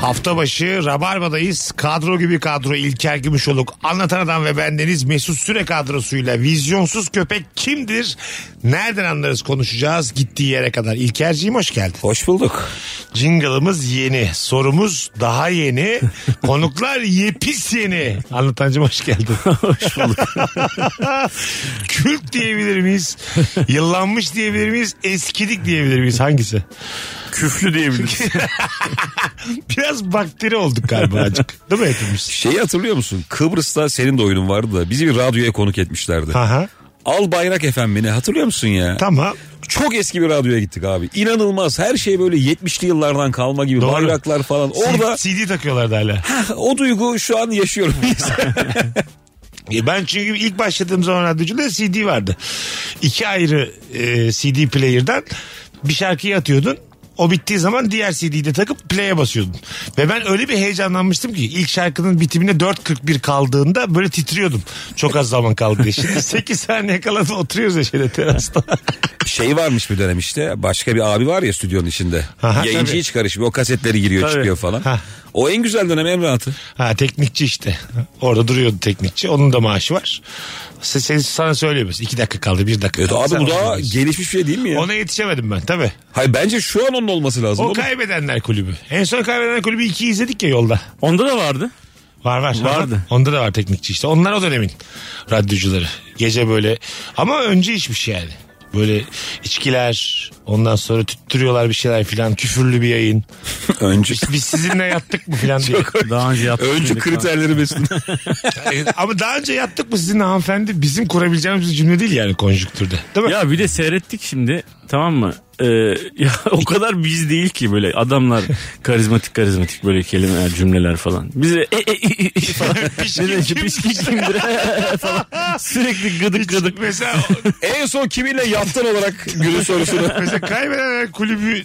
Hafta başı Rabarba'dayız. Kadro gibi kadro İlker Gümüşoluk, Anlatan Adam ve bendeniz Mesut Süre kadrosuyla vizyonsuz köpek kimdir? Nereden anlarız konuşacağız gittiği yere kadar. İlkerciğim hoş geldin. Hoş bulduk. Jingle'ımız yeni, sorumuz daha yeni, konuklar yepis yeni. Anlatancım hoş geldin. hoş bulduk. Kült diyebilir miyiz? Yıllanmış diyebilir miyiz? Eskidik diyebilir miyiz? Hangisi? Küflü diyebiliriz. Biraz bakteri olduk galiba acık. Değil mi hepimiz? Şeyi hatırlıyor musun? Kıbrıs'ta senin de oyunun vardı da bizi bir radyoya konuk etmişlerdi. Aha. Al Bayrak FM beni hatırlıyor musun ya? Tamam. Çok eski bir radyoya gittik abi. İnanılmaz her şey böyle 70'li yıllardan kalma gibi Doğru. bayraklar falan. Orada Orada... CD takıyorlardı hala. o duygu şu an yaşıyorum. E Ben çünkü ilk başladığım zaman radyoculuğa CD vardı. İki ayrı e, CD player'dan bir şarkıyı atıyordun. O bittiği zaman diğer CD'yi de takıp play'e basıyordun. Ve ben öyle bir heyecanlanmıştım ki ilk şarkının bitimine 4.41 kaldığında böyle titriyordum. Çok az zaman kaldı diye. Şimdi 8 saniye kala da oturuyoruz ya şeyde terasta. şey varmış bir dönem işte başka bir abi var ya stüdyonun içinde. Aha, Yayıncı tabii. hiç karışmıyor o kasetleri giriyor Tabii. çıkıyor falan. Ha. O en güzel dönem en rahatı. Ha teknikçi işte. Orada duruyordu teknikçi. Onun da maaşı var. Se- se- sana söylüyoruz. 2 dakika kaldı 1 dakika Evet kaldı. E, abi Sen bu ona daha gidiyorsun. gelişmiş bir şey değil mi ya? Ona yetişemedim ben tabii. Hayır bence şu an onun olması lazım. O oğlum. kaybedenler kulübü. En son kaybedenler kulübü 2'yi izledik ya yolda. Onda da vardı. Var var. Vardı. Onda da var teknikçi işte. Onlar o dönemin radyocuları. Gece böyle ama önce içmiş yani. Böyle içkiler ondan sonra tüttürüyorlar bir şeyler filan küfürlü bir yayın. Öncü, Biz sizinle yattık mı filan diye. Daha önce yaptık. öncü şimdi. kriterleri besin. E, Ama daha önce yattık mı sizinle hanımefendi bizim kurabileceğimiz bir cümle değil yani konjüktürde. Değil mi? Ya bir de seyrettik şimdi tamam mı? Ee, ya o kadar biz değil ki böyle adamlar karizmatik karizmatik böyle kelimeler cümleler falan. Bize e, e, e, e falan. Pişkin Ne dedi ki, kim? pişkin kimdir falan. Sürekli gıdık gıdık. Mesela En son kiminle yaptın olarak günün sorusunu. Mesela kaybedenler kulübü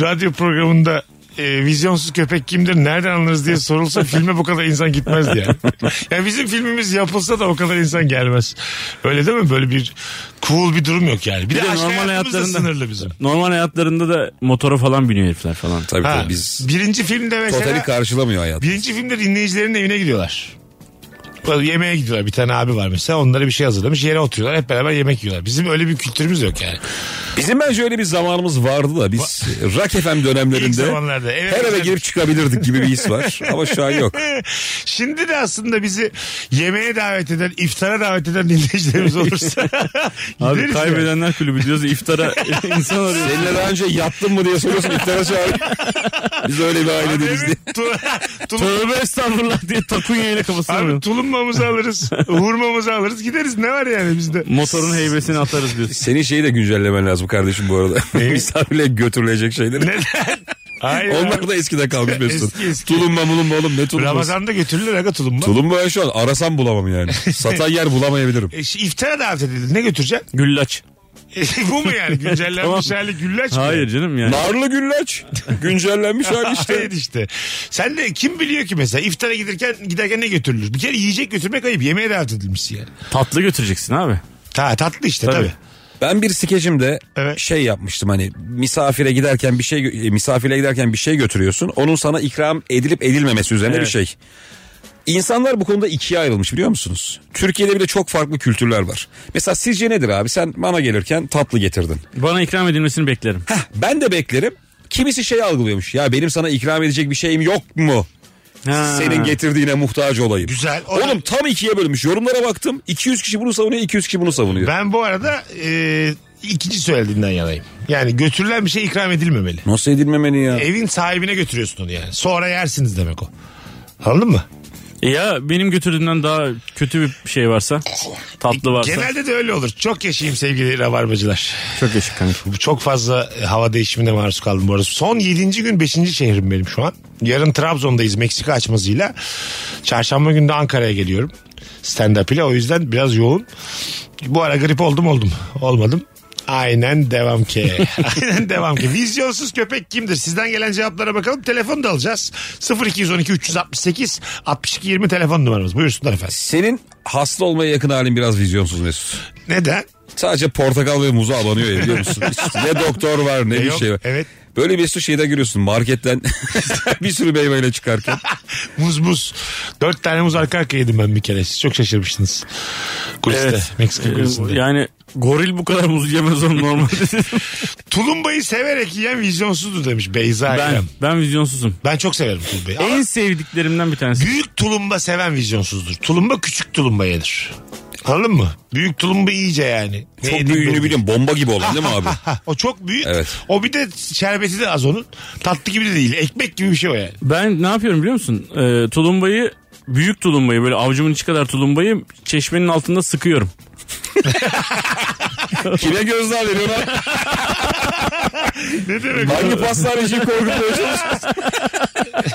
radyo programında e, vizyonsuz köpek kimdir nereden anlarız diye sorulsa filme bu kadar insan gitmezdi yani. yani bizim filmimiz yapılsa da o kadar insan gelmez. Öyle değil mi? Böyle bir cool bir durum yok yani. Bir, de, de aşk normal hayatımız da hayatlarında- sınırlı bizim. Normal hayatlarında da motora falan biniyor herifler falan. Tabii Ha, tabii biz birinci filmde mesela totali karşılamıyor hayat. birinci filmde dinleyicilerin evine gidiyorlar. Böyle yemeğe gidiyorlar. Bir tane abi var mesela. Onlara bir şey hazırlamış. Yere oturuyorlar. Hep beraber yemek yiyorlar. Bizim öyle bir kültürümüz yok yani. Bizim bence öyle bir zamanımız vardı da biz Rock FM İlk dönemlerinde zamanlarda, evet, her eve güzel. girip çıkabilirdik gibi bir his var. Ama şu an yok. Şimdi de aslında bizi yemeğe davet eden, iftara davet eden dinleyicilerimiz olursa Abi gideriz yani. kaybedenler kulübü diyoruz iftara insan arıyor. Seninle daha önce yattın mı diye soruyorsun iftara çağır. Biz öyle bir aile değiliz diye. Evet, tu- tulum, Tövbe estağfurullah diye takunya ile kafasına abi vuruyor. tulummamızı alırız, hurmamızı alırız gideriz. Ne var yani bizde? Motorun heybesini atarız diyoruz. Senin şeyi de güncellemen lazım kardeşim bu arada. Misafirle götürülecek şeyleri. Neden? Hayır. abi. Onlar da eskide kalmış Mesut. Eski, eski. Tulumba mulumba oğlum ne tulumba. Ramazan'da götürülür aga tulumma. Tulumba ben şu an arasam bulamam yani. Satan yer bulamayabilirim. E, şi- iftara davet edildi. Ne götüreceksin? Güllaç. E, bu mu yani? Güncellenmiş Tamam. hali güllaç mı? Hayır canım yani. Narlı güllaç. Güncellenmiş abi işte. Hayır işte. Sen de kim biliyor ki mesela iftara giderken giderken ne götürülür? Bir kere yiyecek götürmek ayıp. Yemeğe davet edilmişsin yani. Tatlı götüreceksin abi. Ta, tatlı işte Tabii. tabii. Ben bir skecimde Evet. şey yapmıştım hani misafire giderken bir şey gö- e, misafire giderken bir şey götürüyorsun. Onun sana ikram edilip edilmemesi üzerine Evet. bir şey. İnsanlar bu konuda ikiye ayrılmış biliyor musunuz? Türkiye'de bile çok farklı kültürler var. Mesela sizce nedir abi? Sen bana gelirken tatlı getirdin. Bana ikram edilmesini beklerim. Ben de beklerim. Kimisi şey algılıyormuş. Ya benim sana ikram edecek bir şeyim yok mu? Ha. Senin getirdiğine muhtaç olayım. Güzel. O- Oğlum tam ikiye bölünmüş. Yorumlara baktım. 200 kişi bunu savunuyor, 200 kişi bunu savunuyor. Ben bu arada e, ikinci söylediğinden yanayım. Yani götürülen bir şey ikram edilmemeli. Nasıl edilmemeli ya? Evin sahibine götürüyorsun onu yani. Sonra yersiniz demek o. Anladın mı? Ya benim götürdüğümden daha kötü bir şey varsa, tatlı varsa Genelde de öyle olur. Çok yaşayayım sevgili rabarbacılar. çok yaşık kanka. Bu Çok fazla e, hava değişimine maruz kaldım bu arada. Son 7. gün 5. şehrim benim şu an. Yarın Trabzon'dayız Meksika açmasıyla. Çarşamba günü de Ankara'ya geliyorum. Stand up ile o yüzden biraz yoğun. Bu ara grip oldum oldum. Olmadım. Aynen devam ki. Aynen devam ki. Vizyonsuz köpek kimdir? Sizden gelen cevaplara bakalım. Telefon da alacağız. 0212 368 62 20 telefon numaramız. Buyursunlar efendim. Senin hasta olmaya yakın halin biraz vizyonsuz Mesut. Neden? Sadece portakal ve muza abanıyor ya biliyor musun? Hiç ne doktor var ne bir yok, şey var. evet. Böyle Mesut şeyden görüyorsun marketten bir sürü meyveyle çıkarken. Muz muz. Dört tane muz arka arkaya yedim ben bir kere. Siz çok şaşırmıştınız. Kuliste. Meksika Ee, kulisinde. yani goril bu kadar muz yemez onu normalde. Tulumbayı severek yiyen vizyonsuzdur demiş Beyza ben, ben. ben vizyonsuzum. Ben çok severim tulumbayı. Ama En sevdiklerimden bir tanesi. büyük tulumba seven vizyonsuzdur. Tulumba küçük tulumba yenir. Anladın mı? Büyük tulumba iyice yani. Ne Çok yediğini büyüğünü bilmiyorum. biliyorum bomba gibi olan değil mi abi? Ha, o çok büyük. Evet. O bir de şerbeti de az onun. Tatlı gibi de değil. Ekmek gibi bir şey o yani. Ben ne yapıyorum biliyor musun? Ee, tulumbayı büyük tulumbayı böyle avucumun içi kadar tulumbayı çeşmenin altında sıkıyorum. Kime gözler veriyor lan? Ne demek? Hangi pastaneciyi korkutuyorsunuz?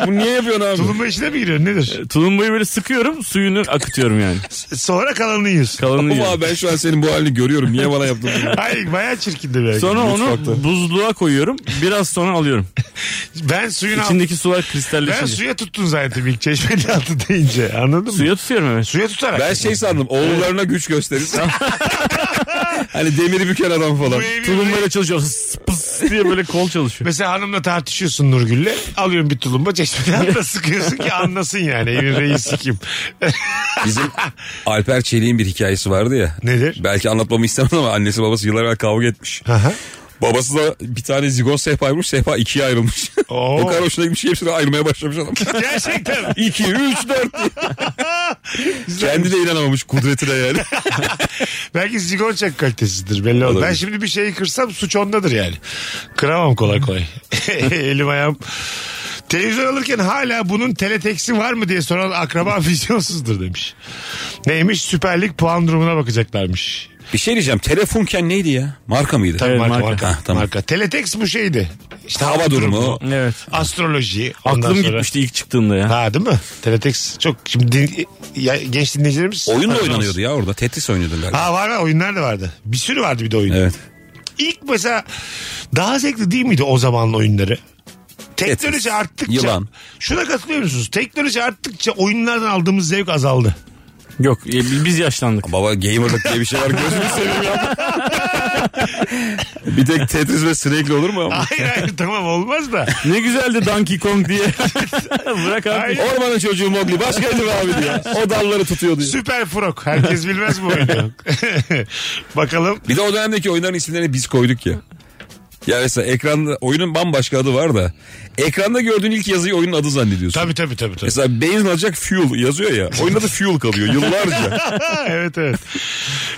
Bu niye yapıyorsun abi? Tulumba içine mi giriyor? Nedir? Tulumbayı böyle sıkıyorum suyunu akıtıyorum yani. Sonra kalanını yiyorsun. Kalanını Ama yiyorum. abi ben şu an senin bu halini görüyorum. Niye bana yaptın bunu? Ay bayağı çirkin de bir hareket. Sonra onu Mutfakta. buzluğa koyuyorum. Biraz sonra alıyorum. ben suyun altı- İçindeki sular Ben kristalleşince. suya tuttun zaten ilk çeşmenin altı deyince. Anladın mı? Suya tutuyorum evet. Suya tutarak. Ben şey sandım oğullarına güç gösterirsin. hani demiri büken adam falan. Bu evi- Tulumbayla çalışıyor. Hıs, pıs diye böyle kol çalışıyor. Mesela hanımla tartışıyorsun Nurgül'le. Alıyorum bir tulumba çeşmeden altına sıkıyorsun ki anlasın yani. Evin reisi kim? Bizim Alper Çelik'in bir hikayesi vardı ya. Nedir? Belki anlatmamı istemem ama annesi babası yıllar evvel kavga etmiş. Aha. Babası da bir tane zigon sehpaymış sehpa ikiye ayrılmış. Oo. o kadar hoşuna gitmiş ki hepsini ayırmaya başlamış adam. Gerçekten. 2, 3, 4 Kendi de inanamamış kudretine yani. Belki zigon çek kalitesidir belli olmaz. Olabilir. Ben şimdi bir şeyi kırsam suç ondadır yani. Kıramam kolay kolay. Elim ayağım. Televizyon alırken hala bunun teleteksi var mı diye soran akraba vizyonsuzdur demiş. Neymiş Süper Lig puan durumuna bakacaklarmış. bir şey diyeceğim telefonken neydi ya? Marka mıydı? Tabii Evet, marka, marka. marka. Marka. Ha, tamam. Teletext bu şeydi. İşte Hava durumu. Evet. Astroloji. ondan Aklım sonra- gitmişti ilk çıktığımda ya. Ha değil mi? Teletext çok şimdi din- ya, genç dinleyicilerimiz. Oyun da Anlamaz. oynanıyordu ya orada. Tetris oynuyordu galiba. Ha var var oyunlar da vardı. Bir sürü vardı bir de oyun. Evet. İlk mesela daha zevkli değil miydi o zamanın oyunları? Teknoloji Tetris, arttıkça yılan. şuna katılıyor musunuz? Teknoloji arttıkça oyunlardan aldığımız zevk azaldı. Yok e, bi- biz yaşlandık. Baba gamerlık diye bir şey var gözünü seveyim ya. bir tek Tetris ve Snake'le olur mu? ama? Hayır hayır tamam olmaz da. Ne güzeldi Donkey Kong diye. Bırak abi. Hayır. Ormanın çocuğu Mowgli başkaydı be abi diye. O dalları tutuyordu. ya. Süper Frog. Herkes bilmez bu oyunu. Bakalım. Bir de o dönemdeki oyunların isimlerini biz koyduk ya. Ya mesela ekranda oyunun bambaşka adı var da ekranda gördüğün ilk yazıyı oyunun adı zannediyorsun. Tabii tabii tabii. tabii. Mesela benzin alacak fuel yazıyor ya. Oyunda da fuel kalıyor yıllarca. evet evet.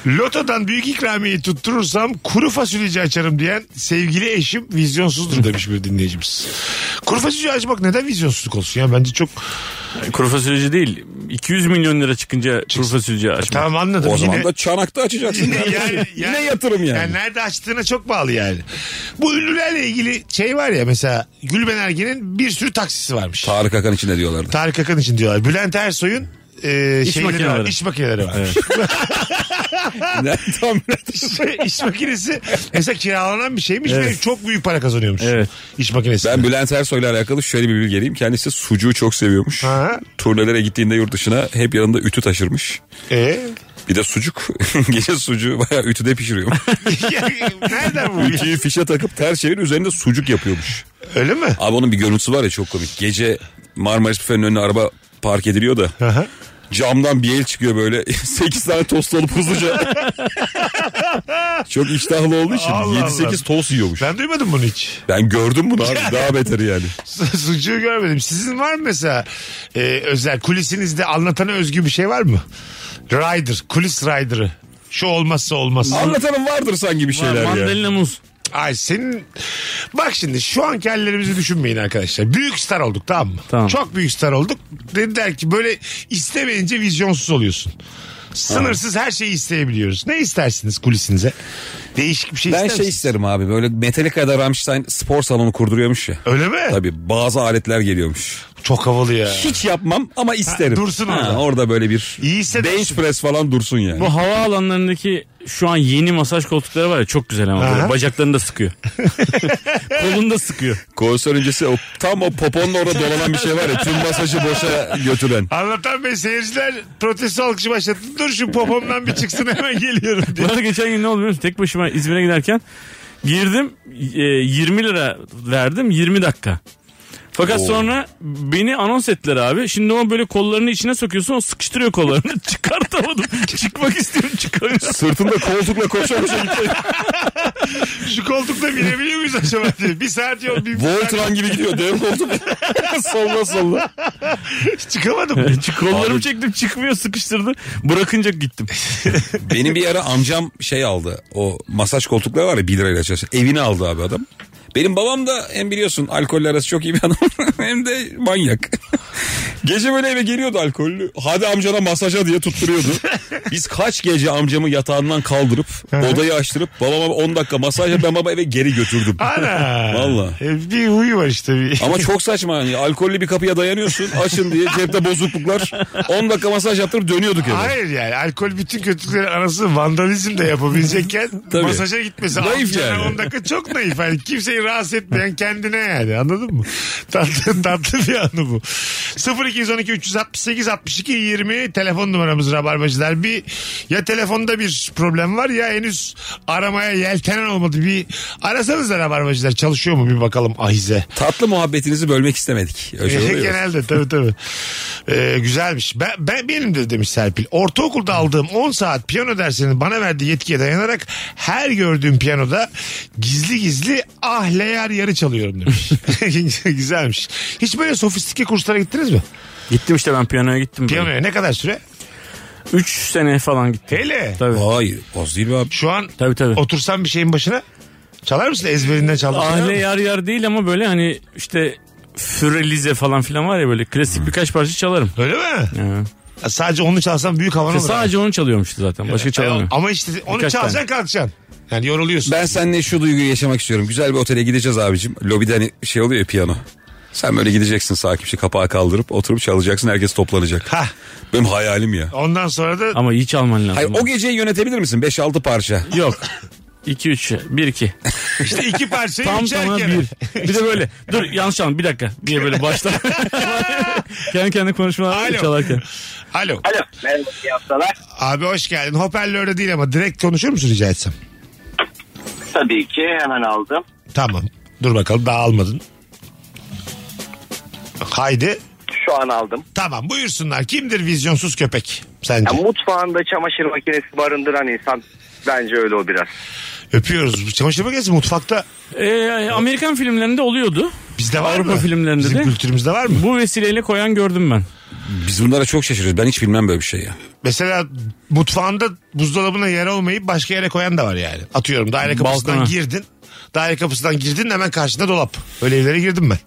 Lotodan büyük ikramiyeyi tutturursam kuru fasulyeci açarım diyen sevgili eşim vizyonsuzdur demiş bir dinleyicimiz. Kuru fasulye açmak neden vizyonsuzluk olsun ya? Bence çok... Kuru fasulyeci değil. 200 milyon lira çıkınca kuru fasulye açmak. Tamam anladım. o zaman Yine- da çanakta açacaksın. Yine, kardeşim. yani, Yine yatırım yani. Nerede açtığına çok bağlı yani. Bu ünlülerle ilgili şey var ya mesela Gülben Ergen'in bir sürü taksisi varmış. Tarık Akan için ne diyorlardı? Tarık Akın için diyorlar. Bülent Ersoy'un e, iş, makineleri. Var, makineleri. iş makineleri var. Ne? Tam Şey, iş makinesi mesela kiralanan bir şeymiş ve çok büyük para kazanıyormuş. Evet. İş makinesi. Ben Bülent Ersoy'la alakalı şöyle bir bilgi vereyim. Kendisi sucuğu çok seviyormuş. Ha. Turnelere gittiğinde yurt dışına hep yanında ütü taşırmış. E? Bir de sucuk. Gece sucuğu bayağı ütüde pişiriyor. Nereden bu? Ütüyü fişe takıp ters çevirip üzerinde sucuk yapıyormuş. Öyle mi? Abi onun bir görüntüsü var ya çok komik. Gece Marmaris büfenin önüne araba park ediliyor da. Aha. Camdan bir el çıkıyor böyle. 8 tane tost alıp hızlıca. çok iştahlı olduğu için Allah 7-8 Allah. tost yiyormuş. Ben... Ben duymadım bunu hiç. gördüm bunu abi. Daha beteri yani. Sucuğu görmedim. Sizin var mı mesela e, özel kulisinizde anlatana özgü bir şey var mı? Rider, kulis rider'ı. Şu olmazsa olmaz. Anlatanın vardır sanki bir şeyler ya. Mandalina muz. Ay senin bak şimdi şu anki hallerimizi düşünmeyin arkadaşlar. Büyük star olduk tamam mı? Tamam. Çok büyük star olduk. Dediler ki böyle istemeyince vizyonsuz oluyorsun. Sınırsız her şeyi isteyebiliyoruz. Ne istersiniz kulisinize? Değişik bir şey Ben ister şey misiniz? isterim abi böyle Metallica'da Rammstein spor salonu kurduruyormuş ya. Öyle mi? Tabii bazı aletler geliyormuş. Çok havalı ya. Hiç yapmam ama isterim. dursun orada. Orada böyle bir İyi hissedersin. bench press falan dursun yani. Bu havaalanlarındaki şu an yeni masaj koltukları var ya çok güzel ama böyle Aha. bacaklarını da sıkıyor. Kolunu da sıkıyor. Konser öncesi o, tam o poponla orada dolanan bir şey var ya tüm masajı boşa götüren. Anlatan Bey seyirciler protesto alkışı başlattı. Dur şu popomdan bir çıksın hemen geliyorum diye. Bana geçen gün ne oldu biliyor musun? Tek başıma İzmir'e giderken girdim e, 20 lira verdim 20 dakika. Fakat sonra beni anons ettiler abi. Şimdi o böyle kollarını içine sokuyorsun o sıkıştırıyor kollarını. Çıkartamadım. Çıkmak istiyorum çıkamıyorum. Sırtında koltukla şey koşa koşa gitti. Şu koltukta binebiliyor muyuz acaba diye. Bir saat yol bir, bir saat Voltran gibi gidiyor dev koltuk. salla salla. çıkamadım. Çık- Kollarımı çektim çıkmıyor sıkıştırdı. Bırakınca gittim. Benim bir ara amcam şey aldı. O masaj koltukları var ya 1 lirayla çalışan. Evini aldı abi adam. Benim babam da hem biliyorsun alkolle arası çok iyi bir adam hem de manyak. Gece böyle eve geliyordu alkollü. Hadi amcana masaja diye tutturuyordu. Biz kaç gece amcamı yatağından kaldırıp odayı açtırıp babama 10 dakika masaj yap, ben baba eve geri götürdüm. Ana. Valla. E, bir huyu var işte. Bir. Ama çok saçma hani alkollü bir kapıya dayanıyorsun açın diye cepte bozukluklar 10 dakika masaj yaptırıp dönüyorduk eve. Hayır yani alkol bütün kötülüklerin anası vandalizm de yapabilecekken Tabii. masaja gitmesi. Naif amcana yani. 10 dakika çok naif. Yani kimseyi rahatsız etmeyen kendine yani anladın mı? Tatlı, tatlı bir anı bu. 0212 368 62 20 telefon numaramız Rabarbacılar. Bir ya telefonda bir problem var ya henüz aramaya yeltenen olmadı. Bir arasanız da Rabarbacılar çalışıyor mu bir bakalım ahize. Tatlı muhabbetinizi bölmek istemedik. Öyle şey oluyor. Genelde tabii tabii. Ee, güzelmiş. Ben, ben benim de demiş Serpil. Ortaokulda aldığım 10 saat piyano dersinin bana verdiği yetkiye dayanarak her gördüğüm piyanoda gizli gizli ahleyar yarı çalıyorum demiş. Güzelmiş. Hiç böyle sofistike kurslara gittiniz mi? Gittim işte ben piyanoya gittim. Piyanoya ne kadar süre? 3 sene falan gittim. Hele. Tabii. Hayır az değil be abi. Şu an Tabii tabii. otursan bir şeyin başına çalar mısın? Ezberinden çalmak. Ahle Ah, yar yar değil ama böyle hani işte Fürelize falan filan var ya böyle klasik birkaç parça çalarım. Öyle mi? Ya. Sadece onu çalsan büyük havan İşte olur. E, sadece onu çalıyormuştu zaten. Başka çalamıyor. Ama işte onu Birkaç çalacaksın kalkacaksın. Yani yoruluyorsun. Ben seninle şu duyguyu yaşamak istiyorum. Güzel bir otele gideceğiz abicim. Lobide hani şey oluyor ya piyano. Sen böyle gideceksin sakin bir şey kapağı kaldırıp oturup çalacaksın herkes toplanacak. Hah. Benim hayalim ya. Ondan sonra da Ama iyi çalman lazım. Hayır o geceyi yönetebilir misin? 5-6 parça. Yok. 2 3 1 2. İşte iki parçayı Tam üçer tamına kere. 1. Bir de böyle dur yanlış çaldım bir dakika diye böyle başlar. kendi kendine konuşmalar Alo. çalarken. Alo. Alo. Merhaba iyi haftalar. Abi hoş geldin. Hoparlör öyle değil ama direkt konuşur musun rica etsem? Tabii ki hemen aldım. Tamam. Dur bakalım daha almadın. Haydi. Şu an aldım. Tamam buyursunlar. Kimdir vizyonsuz köpek Ya, sence? mutfağında çamaşır makinesi barındıran insan bence öyle o biraz. Öpüyoruz. Çamaşır makinesi mutfakta Ee, Amerikan filmlerinde oluyordu. bizde var mı? Avrupa filmlerinde Bizim de. kültürümüzde var mı? Bu vesileyle koyan gördüm ben. Biz bunlara çok şaşırıyoruz. Ben hiç bilmem böyle bir şey ya. Mesela mutfağında buzdolabına yer olmayıp başka yere koyan da var yani. Atıyorum daire kapısından Balkona. girdin. Daire kapısından girdin hemen karşında dolap. Öyle evlere girdim ben.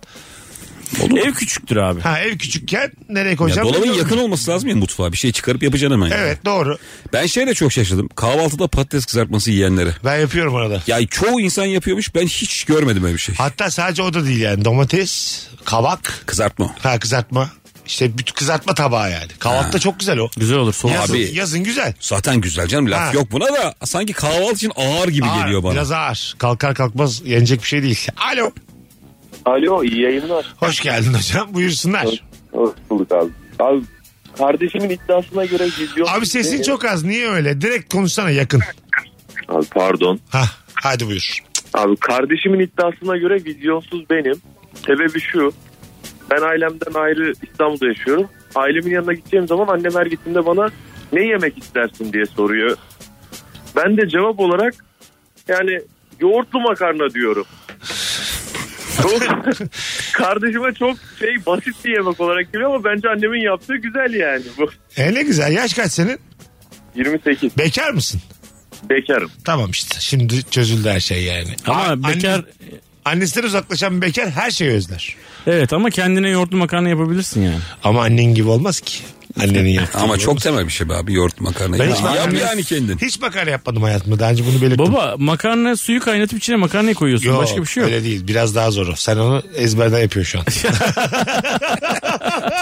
Ev küçüktür abi. Ha ev küçükken nereye ya koyacağım? dolabın bilmiyorum. yakın olması lazım ya mutfağa. Bir şey çıkarıp yapacaksın hemen. yani. Evet doğru. Ben şeye de çok şaşırdım. Kahvaltıda patates kızartması yiyenlere. Ben yapıyorum arada. Ya çoğu insan yapıyormuş. Ben hiç görmedim öyle bir şey. Hatta sadece o da değil yani domates, kabak, Kızartma. ha kızartma. İşte bütün kızartma tabağı yani. Kahvaltıda çok güzel o. Güzel olur soğuk. Yazın, Abi. yazın güzel. Zaten güzel canım laf Ha. yok buna da sanki kahvaltı için ağır gibi Ağır, geliyor bana. Biraz ağır. Kalkar kalkmaz yenecek bir şey değil. Alo. Alo iyi yayınlar. Hoş geldin hocam. Buyursunlar. Hoş bulduk abi. Abi kardeşimin iddiasına göre vizyon... Abi sesin çok az. Niye öyle? Direkt konuşsana yakın. Abi pardon. Ha. Hadi buyur. Abi kardeşimin iddiasına göre vizyonsuz benim. Sebebi şu. Ben ailemden ayrı İstanbul'da yaşıyorum. Ailemin yanına gideceğim zaman annem her gittiğimde bana ne yemek istersin diye soruyor. Ben de cevap olarak yani yoğurtlu makarna diyorum. Çok- kardeşime çok şey basit bir yemek olarak geliyor ama bence annemin yaptığı güzel yani bu. E ne güzel. Yaş kaç senin? 28 Bekar mısın? bekarım. Tamam işte. Şimdi çözüldü her şey yani. Ama A- anne- bekar annesinden uzaklaşan bir bekar her şeyi özler. Evet ama kendine yoğurtlu makarna yapabilirsin yani. Ama annen gibi olmaz ki. Annenin yaptığı. Ama çok temel bir şey be abi yoğurt makarna. Ben Ya, hiç makarna, yap yani kendin. Hiç makarna yapmadım hayatımda. Daha önce bunu belirttim. Baba makarna suyu kaynatıp içine makarnayı koyuyorsun. Yok, Başka bir şey yok. Öyle değil. Biraz daha zor. o. Sen onu ezberden yapıyorsun şu an.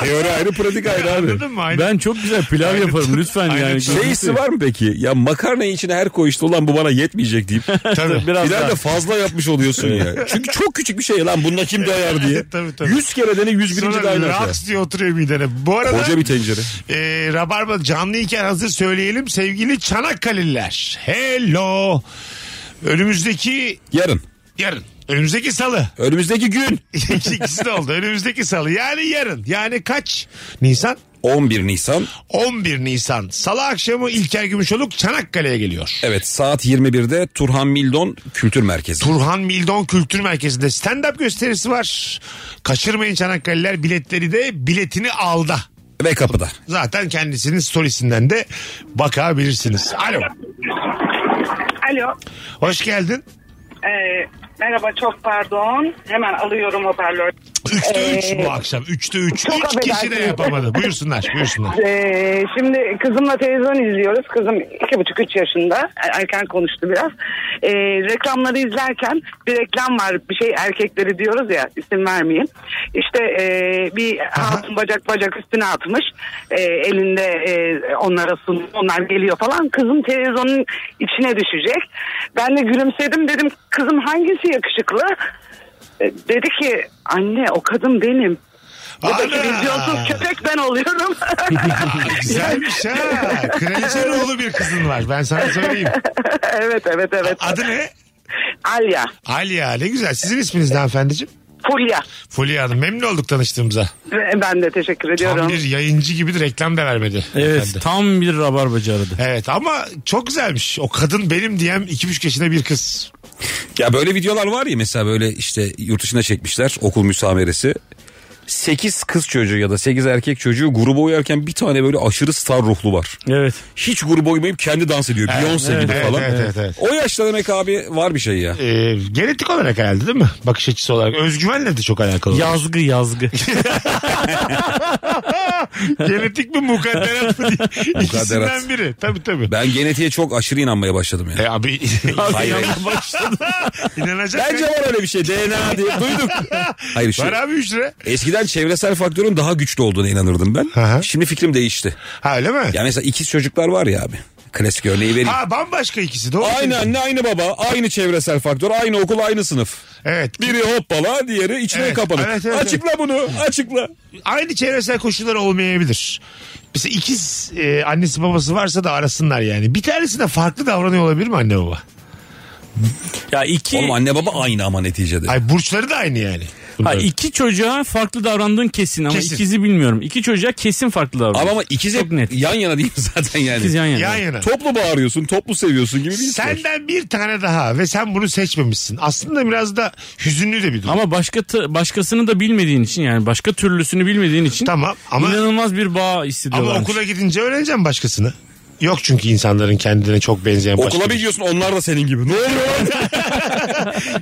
Teori ayrı pratik ayrı abi. Anladın mı? Aynen. Ben çok güzel pilav yaparım lütfen Aynen. yani. Şey hissi var mı peki? Ya makarna içine her koyuşta olan bu bana yetmeyecek deyip. Tabii. Biraz daha. Biraz da fazla yapmış oluyorsun ya. Çünkü çok küçük bir şey lan bunda kim dayar diye. Tabii, tabii. 100 kere dene 101. Sonra dayar. ya. raks diye oturuyor midene. Bu arada Koca bir tencere. e, Rabarba canlıyken hazır söyleyelim sevgili Çanakkale'liler. Hello. Önümüzdeki Yarın. yarın. Önümüzdeki salı. Önümüzdeki gün. İkisi de oldu. Önümüzdeki salı. Yani yarın. Yani kaç? Nisan? 11 Nisan. 11 Nisan. Salı akşamı İlker Gümüşoluk Çanakkale'ye geliyor. Evet saat 21'de Turhan Mildon Kültür Merkezi. Turhan Mildon Kültür Merkezi'nde stand-up gösterisi var. Kaçırmayın Çanakkale'liler biletleri de biletini alda. Ve kapıda. Zaten kendisinin storiesinden de bakabilirsiniz. Alo. Alo. Hoş geldin. Ee, merhaba çok pardon. Hemen alıyorum hoparlör. 3'te Ee, 3 bu akşam. 3'te 3. çok 3 kişi de affedersiniz. yapamadı. Buyursunlar. Buyursunlar. Ee, şimdi kızımla televizyon izliyoruz. Kızım iki buçuk üç yaşında. Er- Erken konuştu biraz. Ee, reklamları izlerken bir reklam var. Bir şey erkekleri diyoruz ya isim vermeyeyim. İşte ee, bir hatun bacak bacak üstüne atmış. Ee, elinde ee, onlara sunuyor. Onlar geliyor falan. Kızım televizyonun içine düşecek. Ben de gülümsedim. Dedim kızım hangisi yakışıklı? Ee, dedi ki anne o kadın benim. Buradaki Ana! vizyonsuz köpek ben oluyorum. Güzelmiş ha. Kraliçe ruhlu bir kızın var. Ben sana söyleyeyim. evet evet evet. Adı ne? Alya. Aliya. Ne güzel. Sizin isminiz ne hanımefendiciğim? Fulya. Fulya Hanım. Memnun olduk tanıştığımıza. Ve Ben de teşekkür Tam ediyorum. bir şey. yayıncı gibi de reklam da vermedi. Evet hanımefendi. tam bir rabarbacı aradı. Evet ama çok güzelmiş. O kadın benim diyen iki buçuk yaşında bir kız. Ya böyle videolar var ya mesela böyle işte yurt dışına çekmişler okul müsameresi. 8 kız çocuğu ya da 8 erkek çocuğu gruba uyarken bir tane böyle aşırı star ruhlu var. Evet. Hiç gruba uymayıp kendi dans ediyor. Beyoncé gibi evet, falan. evet, evet, evet. O yaşta demek abi var bir şey ya. Ee, genetik olarak herhalde değil mi? Bakış açısı olarak. Özgüvenle de çok alakalı. Yazgı yazgı. Genetik mi mukadderat mı diye. İkisinden Mukadderat. biri. Tabii tabii. Ben genetiğe çok aşırı inanmaya başladım ya. E abi Hayır, hayır. inanacak Bence mıyım? var öyle bir şey. DNA diye duyduk. Hayır şu Var abi 3 lira. eskiden çevresel faktörün daha güçlü olduğuna inanırdım ben. Aha. Şimdi fikrim değişti. Ha öyle mi? Ya mesela ikiz çocuklar var ya abi. Klasik örneği vereyim. Ha bambaşka ikisi doğru. Aynı anne aynı baba aynı çevresel faktör aynı okul aynı sınıf. Evet. Biri hoppala diğeri içine Evet, kapanık. evet, evet, açıkla bunu açıkla. Aynı çevresel koşullar olmayabilir. Mesela ikiz e, annesi babası varsa da arasınlar yani. Bir tanesi de farklı davranıyor olabilir mi anne baba? ya iki Oğlum anne baba aynı ama neticede. Ay burçları da aynı yani. ha, iki çocuğa farklı davrandığın kesin ama Kesin. ikizi bilmiyorum. İki çocuğa kesin farklı davranıyorsun. Ama ama ikiz Çok hep net. yan yana değil mi zaten yani. İkiz yan yana. Yan yana. Toplu bağırıyorsun toplu seviyorsun gibi bir his var. Senden bir tane daha ve sen bunu seçmemişsin. Aslında biraz da hüzünlü de bir durum. Ama başka tı- başkasını da bilmediğin için yani başka türlüsünü bilmediğin için tamam ama inanılmaz bir bağ ama hissediyorlar. okula gidince öğreneceğim başkasını. Yok çünkü insanların kendine çok benzeyen başka Okula bir gidiyorsun onlar da senin gibi. Ne oluyor lan?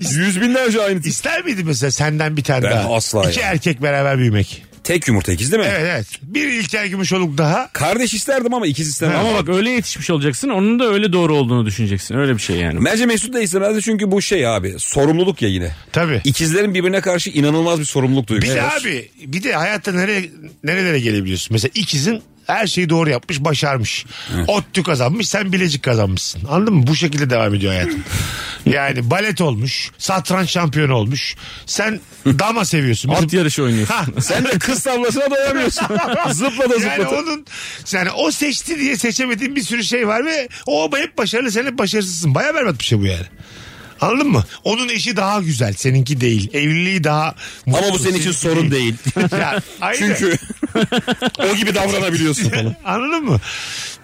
Yüz binlerce aynı. tip. İster miydin mesela senden bir tane Ben daha? asla İki ya. erkek beraber büyümek. Tek yumurta ikiz değil mi? Evet evet. Bir İlker Gümüşoluk daha. Kardeş isterdim ama ikiz istemem. Ama bak öyle yetişmiş olacaksın onun da öyle doğru olduğunu düşüneceksin. Öyle bir şey yani. Bence Mesut da istemezdi çünkü bu şey abi sorumluluk ya yine. Tabii. İkizlerin birbirine karşı inanılmaz bir sorumluluk Bir duygusu. de Evet. abi bir de hayatta nereye, nerelere gelebiliyorsun? Mesela ikizin her şeyi doğru yapmış, başarmış. Ottu kazanmış, sen bilecik kazanmışsın. Anladın mı? Bu şekilde devam ediyor hayatın. yani balet olmuş, satranç şampiyonu olmuş. Sen dama seviyorsun. At yarışı oynuyorsun. Ha, Sen de kız tablasına doyamıyorsun. zıpla da yani zıpla. da. onun yani o seçti diye seçemediğin bir sürü şey var ve o hep başarılı sen hep başarısızsın. Baya berbat bir şey bu yani. Anladın mı? Onun eşi daha güzel, seninki değil. Evliliği daha Ama bu mutlu, senin için seninki sorun değil. Ya, aynı. Çünkü o gibi davranabiliyorsun falan. Anladın mı?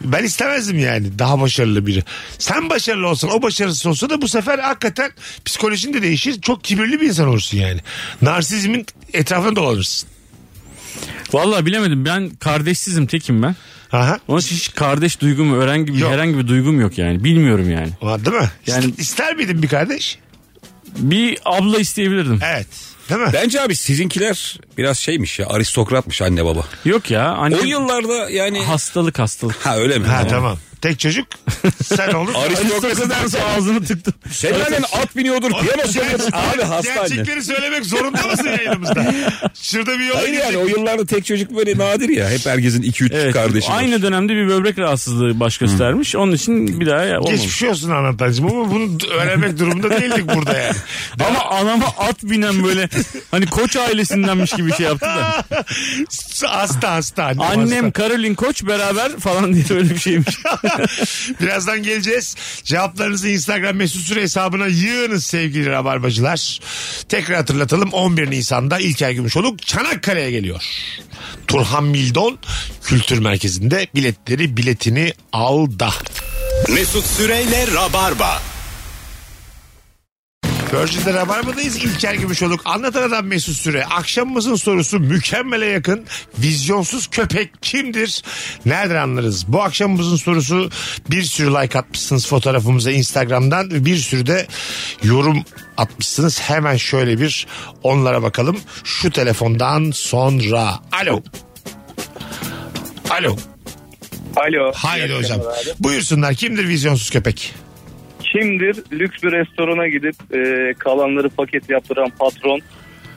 Ben istemezdim yani daha başarılı biri. Sen başarılı olsan o başarısız olsa da bu sefer hakikaten psikolojin de değişir. Çok kibirli bir insan olursun yani. Narsizmin etrafında dolanırsın. Vallahi bilemedim ben kardeşsizim tekim ben. Aha. Onun için hiç kardeş duygum herhangi bir Yok. herhangi bir duygum yok yani. Bilmiyorum yani. Var değil mi? Yani- Yani... İster miydin bir kardeş? Bir abla isteyebilirdim. Evet. Değil mi? Bence abi sizinkiler biraz şeymiş ya aristokratmış anne baba. Yok ya. Anne, O yıllarda yani... Hastalık hastalık. Ha öyle mi? Ha tamam. Tek çocuk sen olur. Aristokrasi derse Ağzını tıktım. Senin annen at biniyordur, piyano çalıyordur. Abi hasta anne. Gerçekleri söylemek zorunda mısın yayınımızda? Şurada bir yola Hayır girdik. yani o yıllarda tek çocuk böyle nadir ya. Hep herkesin 2-3 Evet. kardeşi var. Aynı dönemde bir böbrek rahatsızlığı baş göstermiş. Onun için bir daha ya, olmamış. Geçmiş olsun anlatancım ama bunu öğrenmek durumunda değildik burada yani. Ama anama at binen böyle hani koç ailesindenmiş gibi şey yaptı da. Hasta hasta annem, Annem hasta. Karolin Koç beraber falan diye öyle bir şeymiş. Birazdan geleceğiz. Cevaplarınızı Instagram mesut süre hesabına yığınız sevgili rabarbacılar. Tekrar hatırlatalım 11 Nisan'da İlker Gümüşoluk Çanakkale'ye geliyor. Turhan Mildon Kültür Merkezi'nde biletleri biletini al da. Mesut Süreyle Rabarba. Virgin'de Rabarba'dayız. İlker Gümüşoluk. Anlatan Adam Mesut Süre. Akşamımızın sorusu mükemmele yakın. Vizyonsuz köpek kimdir? Nereden anlarız? Bu akşamımızın sorusu bir sürü like atmışsınız fotoğrafımıza Instagram'dan. Bir sürü de yorum atmışsınız. Hemen şöyle bir onlara bakalım. Şu telefondan sonra. Alo. Alo. Alo. Hayır İyi hocam. akşamlar abi. Buyursunlar. Kimdir vizyonsuz köpek? Kimdir lüks bir restorana gidip e, kalanları paket yaptıran patron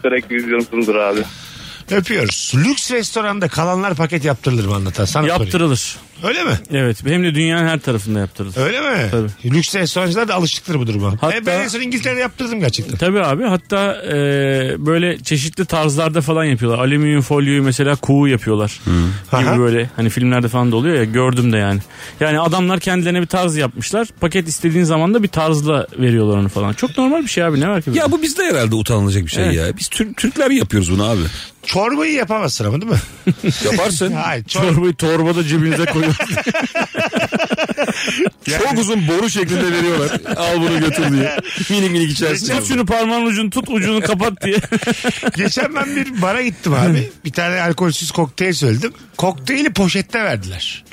sürekli vizyonsuzdur abi. Öpüyoruz. Lüks restoranda kalanlar paket yaptırılır mı anlatan? Sana sorayım. Yaptırılır. Öyle mi? Evet. Hem de dünyanın her tarafında yaptırılır. Öyle mi? Tabii. Lüks restorancılar da alışıktır bu duruma. Hatta- E, ben en son İngiltere'de yaptırdım gerçekten. Tabii abi hatta e, böyle çeşitli tarzlarda falan yapıyorlar. Alüminyum folyoyu mesela kuğu yapıyorlar. Gibi Aha. böyle hani filmlerde falan da oluyor ya gördüm de yani. Yani adamlar kendilerine bir tarz yapmışlar. Paket istediğin zaman da bir tarzla veriyorlar onu falan. Çok normal bir şey abi ne var ki? Ya bu bizde herhalde utanılacak bir şey Evet. ya. Biz Tür- Türkler yapıyoruz bunu abi. Çorbayı yapamazsın ama değil mi? Yaparsın. Hayır. Çor- Çorbayı torbada cebinize koyuyorsunuz. Çok uzun boru şeklinde veriyorlar. Al bunu götür diye. Minik minik içersin. Tut şunu parmağın ucunu tut ucunu kapat diye. Geçen ben bir bara gittim abi. Bir tane alkolsüz kokteyl söyledim. Kokteyli poşette verdiler.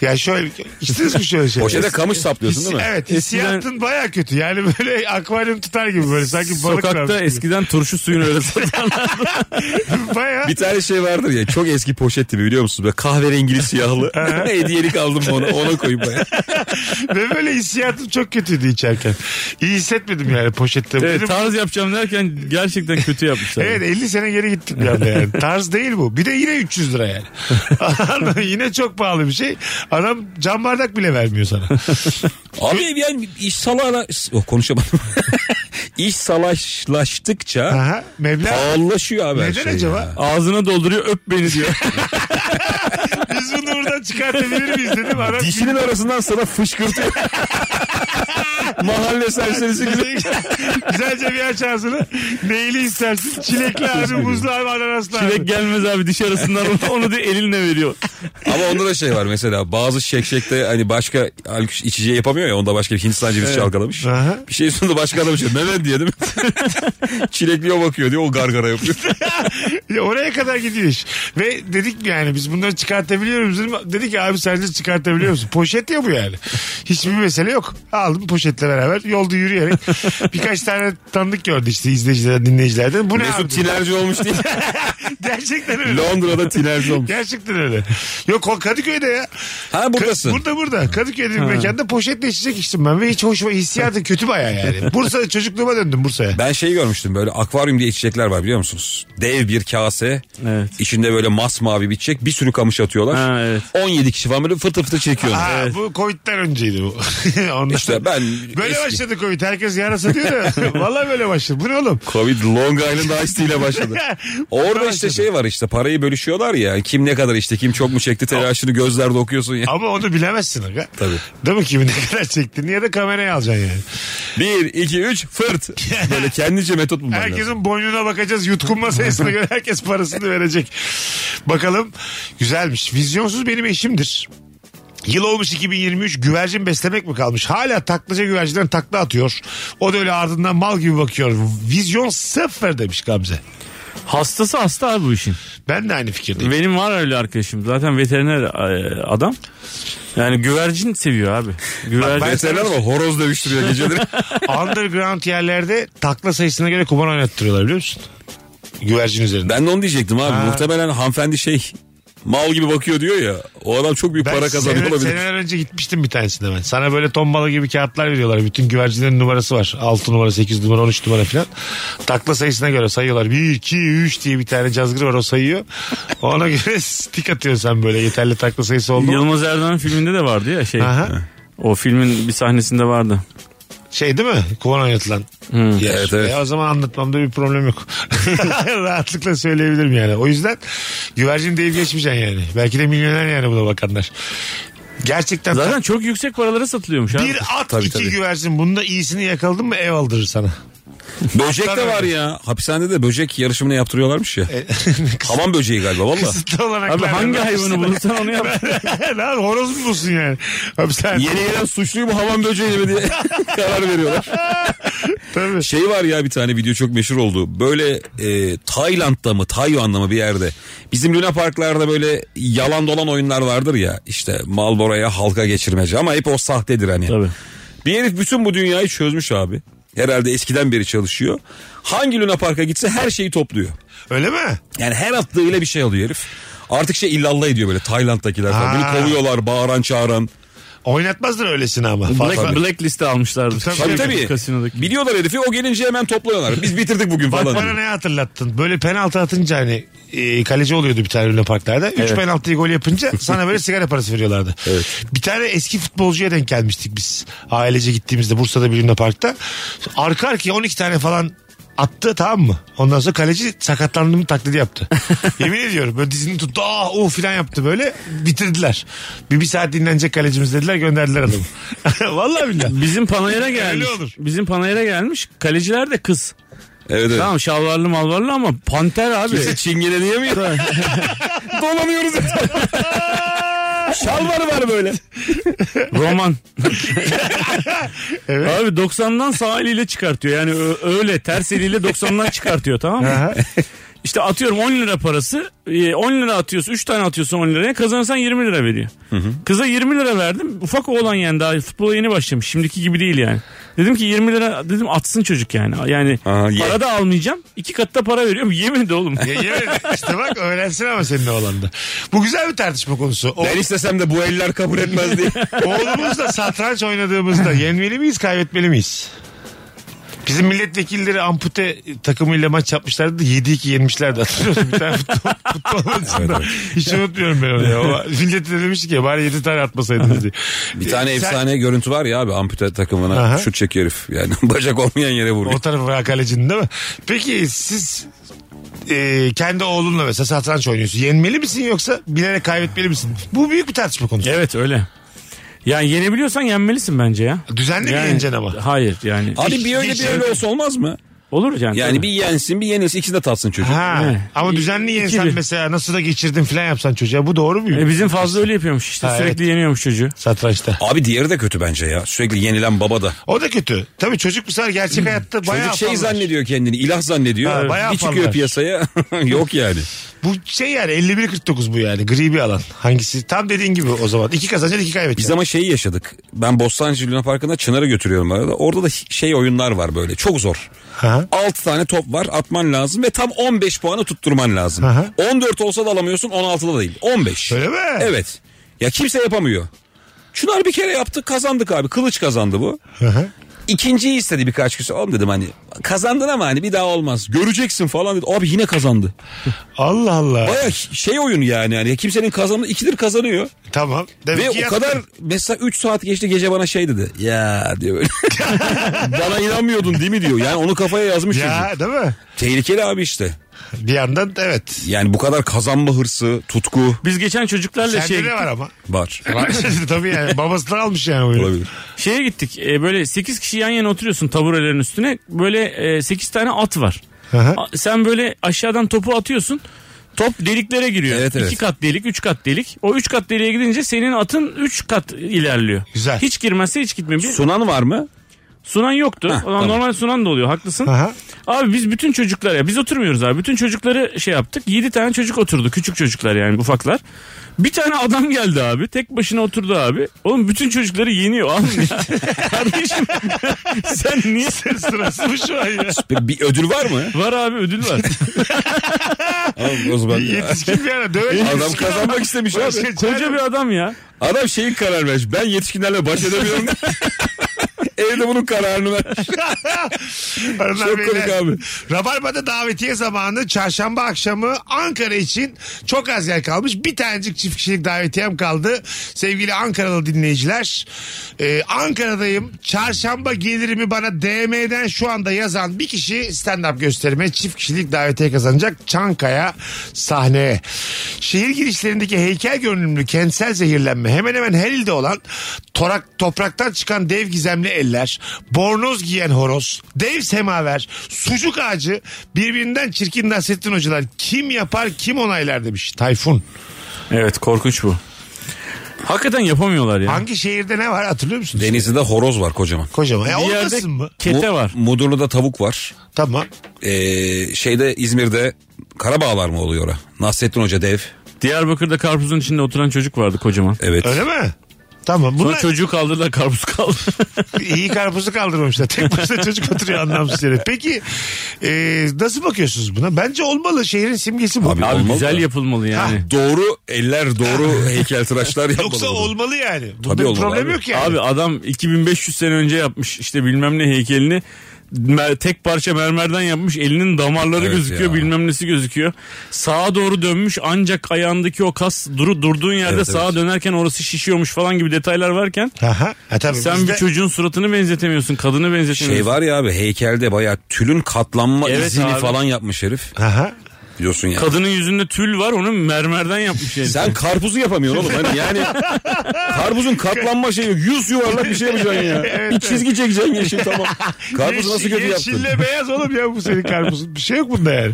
ya şöyle içtiniz mi şöyle şey? Poşete kamış saplıyorsun Hissi- değil mi? Evet Eskiden- hissiyatın baya kötü yani böyle akvaryum tutar gibi böyle sanki balık Sokakta varmış gibi. eskiden turşu suyunu öyle satarlar. Baya Bir tane şey vardır ya çok eski poşet tipi biliyor musunuz? Böyle kahverengili siyahlı. Hediyelik aldım ona, ona koyayım ben. ve böyle hissiyatım çok kötüydü içerken. İyi hissetmedim yani poşette. Evet, Dedim, tarz yapacağım derken gerçekten kötü yapmışlar. Evet 50 sene geri gittik bir anda yani. Tarz değil bu. Bir de yine 300 lira yani. Anladın mı? yine çok pahalı bir şey. Adam cam bardak bile vermiyor sana. Abi yani iş salara... Oh, konuşamadım. iş salaşlaştıkça Aha, meblağ. pahalılaşıyor abi her Neden şey acaba? ya. Ağzına dolduruyor öp beni diyor. Biz bunu buradan çıkartabilir miyiz dedim. Adam Dişinin arasından sana fışkırtıyor. Mahalle serserisi gibi. Güzelce bir aç ağzını. Neyli istersin? Çilekli abi, muzlu abi, ananaslı abi. Direkt gelmez abi diş arasından onu, onu da elinle veriyor. Ama onda da şey var mesela bazı şekşekte hani başka alkol içeceği yapamıyor ya onda başka bir Hindistan cevizi çalkalamış. Aha. Bir şey sonunda başka adam içiyor. Mehmet diye değil mi? Çilekliye bakıyor diyor o gargara yapıyor. Ya oraya kadar gidiyor iş. Ve dedik yani biz bunları çıkartabiliyor muyuz? Dedim, Dedi ki abi sence çıkartabiliyor musun? Poşet ya bu yani. Hiçbir mesele yok. Aldım poşetle beraber yolda yürüyerek birkaç tane tanıdık gördü işte izleyicilerden dinleyicilerden. Bu ne abi? Mesut tinerci olmuş diye. Gerçekten öyle. Londra'da tinerci olmuş. Gerçekten öyle. Yok o Kadıköy'de ya. Ha buradasın. Ka- Burada burada. Kadıköy'de bir mekanda poşetle içecek içtim ben. Ve hiç hoşuma hissiyatı kötü baya yani. Bursa çocukluğuma döndüm Bursa'ya. Ben şey görmüştüm böyle akvaryum diye içecekler var biliyor musunuz? Dev bir kase. Evet. içinde böyle masmavi bir çiçek bir sürü kamış atıyorlar. Ha, evet. 17 kişi falan böyle fıtır fıtır çekiyorlar. Ha, Bu Covid'den önceydi bu. Ondan- İşte ben Böyle eski- başladı Covid. Herkes yarasa diyor da. Vallahi böyle başladı. Bu ne oğlum? Covid Long Island Ice Tea ile başladı. Orada işte şey var işte parayı bölüşüyorlar ya. Kim ne kadar işte kim çok mu çekti telaşını gözlerde okuyorsun ya. Ama onu bilemezsin aga. Tabii. Değil mi kimin ne kadar çektiğini ya da kameraya alacaksın yani. Bir, iki, üç fırt. Böyle kendince metot bulman lazım. Herkesin boynuna bakacağız. Yutkunma sayısına göre herkes parasını verecek. Bakalım. Güzelmiş. Vizyonsuz benim eşimdir. Yıl olmuş 2023 güvercin beslemek mi kalmış? Hala taklaca güvercinden takla atıyor. O da öyle ardından mal gibi bakıyor. Vizyon sıfır demiş Gamze. Hastası hasta abi bu işin. Ben de aynı fikirdeyim. Benim var öyle arkadaşım. Zaten veteriner e, adam. Yani güvercin seviyor abi. Güvercin. Veteriner ama horoz dövüştürüyor geceleri. Underground yerlerde takla sayısına göre kumar oynattırıyorlar biliyor musun? güvercin üzerinde. Ben de onu diyecektim abi. Ha. Muhtemelen hanımefendi şey mal gibi bakıyor diyor ya. O adam çok büyük para kazanıyor seneler, olabilir. seneler önce gitmiştim bir tanesine ben. Sana böyle tombala gibi kağıtlar veriyorlar. Bütün güvercinlerin numarası var. 6 numara, 8 numara, 13 numara falan. Takla sayısına göre sayıyorlar. 1, 2, 3 diye bir tane cazgır var o sayıyor. Ona göre tik atıyorsun sen böyle yeterli takla sayısı oldu. mu? Yılmaz Erdoğan filminde de vardı ya şey. Aha. O filmin bir sahnesinde vardı. Şey değil mi? Kovan oynatılan. Hmm. yer. Evet, evet. E, o zaman anlatmamda bir problem yok. Rahatlıkla söyleyebilirim yani. O yüzden güvercin deyip geçmeyeceksin yani. Belki de milyoner yani buna bakanlar. Gerçekten Zaten çok yüksek paralara satılıyormuş abi. Bir at Tabii, iki tabii. güvercin. Bunda iyisini yakaladın mı ev aldırır sana. Böcek de var ya. Hapishanede de böcek yarışımını yaptırıyorlarmış E, ya. Hamam böceği galiba valla. Kısıtlı olarak. Abi hangi hayvanı bulursan onu yap. Lan horoz mu bulsun yani? Abi sen Yeni gelen suçluyu bu hamam böceği mi diye karar veriyorlar. tabii. Şey var ya bir tane video çok meşhur oldu. Böyle e, Tayland'da mı Tayvan'da mı bir yerde. Bizim Luna Parklarda böyle yalan dolan oyunlar vardır ya. İşte Malboro'ya halka geçirmece ama hep o sahtedir hani. Tabii. Bir herif bütün bu dünyayı çözmüş abi. Herhalde eskiden beri çalışıyor. Hangi Luna Park'a gitse her şeyi topluyor. Öyle mi? Yani her attığıyla bir şey alıyor herif. Artık şey illallah ediyor böyle Tayland'dakiler falan. Ha. Bunu kovuyorlar bağıran çağıran. Oynatmazdın öylesini ama. Black, Fazla. blacklist'e almışlardı. Tabii, Tabii Şey, tabii. Kasinodaki. Biliyorlar herifi o gelince hemen topluyorlar. Biz bitirdik bugün Bak falan. bana diyor. ne hatırlattın. Böyle penaltı atınca hani e, kaleci oluyordu bir tane Luna Parklarda. Üç penaltıyı gol yapınca sana böyle sigara parası veriyorlardı. Bir tane eski futbolcuya denk gelmiştik biz. Ailece gittiğimizde Bursa'da bir Luna Park'ta. Arka arkaya 12 tane falan attı tamam mı? Ondan sonra kaleci sakatlandığımı taklidi yaptı. Yemin ediyorum böyle dizini tuttu ah uh filan yaptı böyle bitirdiler. Bir, bir saat dinlenecek kalecimiz dediler gönderdiler adamı. Vallahi billahi. Bizim panayıra gelmiş. olur. Bizim panayıra gelmiş. Kaleciler de kız. Evet evet. Tamam şalvarlı malvarlı ama panter abi. Kimse çingene diyemiyor. Dolanıyoruz. Şalvarı var böyle. Roman. Abi 90'dan sağ eliyle çıkartıyor. Yani ö- öyle ters eliyle 90'dan çıkartıyor tamam mı? işte atıyorum 10 lira parası. e, 10 lira atıyorsun 3 tane atıyorsun 10 liraya kazanırsan 20 lira veriyor. Kıza 20 lira verdim. Ufak oğlan yani daha futbola yeni başlamış. Şimdiki gibi değil yani. Dedim ki 20 lira dedim atsın çocuk yani. Yani Aha, ye. para da almayacağım. iki katta para veriyorum. Yemedi oğlum. Ya yemin ederim. İşte bak öğrensin ama senin oğlan da. Bu güzel bir tartışma konusu. O- Ben istesem de bu eller kabul etmez diye. Oğlumuzla satranç oynadığımızda yenmeli miyiz kaybetmeli miyiz? Bizim milletvekilleri ampute takımıyla maç yapmışlardı da 7-2 yenmişlerdi hatırlıyorsun bir tane futbol, futbol maçında. Hiç unutmuyorum ben onu ya. O Millete de demiştik ya bari 7 tane atmasaydınız diye. Bir tane Sen- efsane görüntü var ya abi ampute takımına Aha. şut çekiyor herif. Yani bacak olmayan yere vuruyor. O tarafı var kalecinin değil mi? Peki siz e, kendi oğlunla mesela satranç oynuyorsun. Yenmeli misin yoksa bilerek kaybetmeli misin? Bu büyük bir tartışma konusu. Evet öyle. Yani yenebiliyorsan yenmelisin bence ya. Düzenli mi Yani- yeneceksin ama? Hayır yani. Abi bir öyle hiç- bir öyle olsa olmaz mı? Olur yani. Yani tabii. bir yensin bir yenilsin ikisi de tatsın çocuk. Ha, Evet. ama düzenli yensen İkili. mesela nasıl da geçirdin falan yapsan çocuğa bu doğru mu? E bizim fazla öyle yapıyormuş işte Ha, sürekli yeniyormuş çocuğu. Satrançta. Abi diğeri de kötü bence ya. Sürekli yenilen baba da. O da kötü. Tabii çocuk bu sefer Hmm. gerçek hayatta bayağı Çocuk şey aptallar. zannediyor kendini ilah zannediyor. Ha, bayağı bir çıkıyor aptallar. piyasaya yok yani. Bu şey yani 51-49 bu yani. Gri bir alan. Hangisi? Tam dediğin gibi o zaman. İki kazanacaksın iki Biz kaybedeceksin. ama şeyi yaşadık. Ben Bostancı Luna Parkı'nda Çınar'ı götürüyorum arada. Orada da şey oyunlar var böyle. Çok zor. Aha. 6 tane top var atman lazım ve tam 15 puanı tutturman lazım. Aha. 14 olsa da alamıyorsun 16'da da değil. 15. Öyle mi? Evet. Ya kimse yapamıyor. Çınar bir kere yaptı kazandık abi. Kılıç kazandı bu. Aha. İkinciyi istedi birkaç kişi. Oğlum dedim hani kazandın ama hani bir daha olmaz. Göreceksin falan dedi. Abi yine kazandı. Allah Allah. Baya şey oyun yani. yani kimsenin kazandığı ikidir kazanıyor. Tamam. Demek Ve ki o yaptın. kadar mesela 3 saat geçti gece bana şey dedi. Ya diyor böyle. bana inanmıyordun değil mi diyor. Yani onu kafaya yazmış çocuk. Ya değil mi? Tehlikeli abi işte. Bir yandan evet. Yani bu kadar kazanma hırsı, tutku Biz geçen çocuklarla şey Sende şeye, de var ama. var. Tabii yani babasından almış yani oyunu. Olabilir. şeye gittik. E, böyle 8 kişi yan yana oturuyorsun taburelerin üstüne. Böyle 8 tane at var. Aha. A- Sen böyle aşağıdan topu atıyorsun. Top deliklere giriyor. Evet, evet. İki kat delik, üç kat delik. O üç kat deliğe gidince senin atın üç kat ilerliyor. Güzel. Hiç girmezse hiç gitmiyor. Bir- Sunan var mı? Sunan yoktu. Heh, O zaman tamam. Normal sunan da oluyor haklısın. Aha. Abi biz bütün çocuklar ya biz oturmuyoruz abi. Bütün çocukları şey yaptık. 7 tane çocuk oturdu. Küçük çocuklar yani ufaklar. Bir tane adam geldi abi. Tek başına oturdu abi. Oğlum bütün çocukları yeniyor abi ya. Kardeşim sen niye? Sırası mı şu an ya? Bir, bir ödül var mı? Var abi ödül var. Abi, o zaman ya. Yetişkin bir ara dövelim. Adam kazanmak istemiş abi. Başka Koca bir adam ya. Adam şeyin karar vermiş. Ben yetişkinlerle baş edemiyorum. Evde bunun kararını vermiş. Hanımlar, Çok beyler. komik abi. Rabarba'da davetiye zamanı çarşamba akşamı Ankara için çok az yer kalmış. Bir tanecik çift kişilik davetiyem kaldı. Sevgili Ankaralı dinleyiciler. e, Ankara'dayım. Çarşamba gelirimi bana DM'den şu anda yazan bir kişi stand-up gösterime çift kişilik davetiye kazanacak. Çankaya sahneye. Şehir girişlerindeki heykel görünümlü kentsel zehirlenme hemen hemen her ilde olan torak, topraktan çıkan dev gizemli eller, bornoz giyen horoz, dev semaver, sucuk ağacı birbirinden çirkin Nasrettin hocalar kim yapar kim onaylar demiş Tayfun. Evet korkunç bu. Hakikaten yapamıyorlar ya. Hangi şehirde ne var hatırlıyor musunuz? Denizli'de horoz var kocaman. Kocaman. Ya Bir yerde olmasın mı? kete var. Mudurlu'da tavuk var. Tamam. Ee, şeyde İzmir'de Karabağlar mı oluyor ora? Nasrettin Hoca dev. Diyarbakır'da karpuzun içinde oturan çocuk vardı kocaman. Evet. Öyle mi? Tamam. Sonra Bunlar çocuğu kaldırdılar karpuz kaldı. iyi karpuzu kaldırmamışlar. Tek başına çocuk oturuyor anlamsız yere. Peki e, nasıl bakıyorsunuz buna? Bence olmalı. Şehrin simgesi bu. Abi, Abi Olmalı güzel da. yapılmalı yani. Doğru eller doğru heykeltıraşlar yapmalı. Yoksa bunu. olmalı yani. Bunda Tabii bir olmalı problem abi. yok yani. Abi adam 2500 sene önce yapmış işte bilmem ne heykelini mer- tek parça mermerden yapmış elinin damarları Evet gözüküyor ya. bilmem nesi gözüküyor. Sağa doğru dönmüş ancak ayağındaki o kas duru, durduğun yerde Evet, sağa evet. dönerken orası şişiyormuş falan gibi detaylar varken Aha. Ha, tabii sen bizde- bir çocuğun suratını benzetemiyorsun kadını benzetemiyorsun. E Şey var ya abi heykelde bayağı tülün katlanma Evet izini abi. falan yapmış herif. Aha. Diyorsun ya. Kadının yüzünde tül var onu mermerden yapmış yani. Sen karpuzu yapamıyorsun oğlum. Hani yani karpuzun katlanma şeyi yok. Yüz yuvarlak bir şey yapacaksın ya. bir çizgi çekeceksin yeşil tamam. Karpuzu nasıl Yeşil- kötü yaptın? Yeşille beyaz oğlum ya bu senin karpuzun. Bir şey yok bunda yani.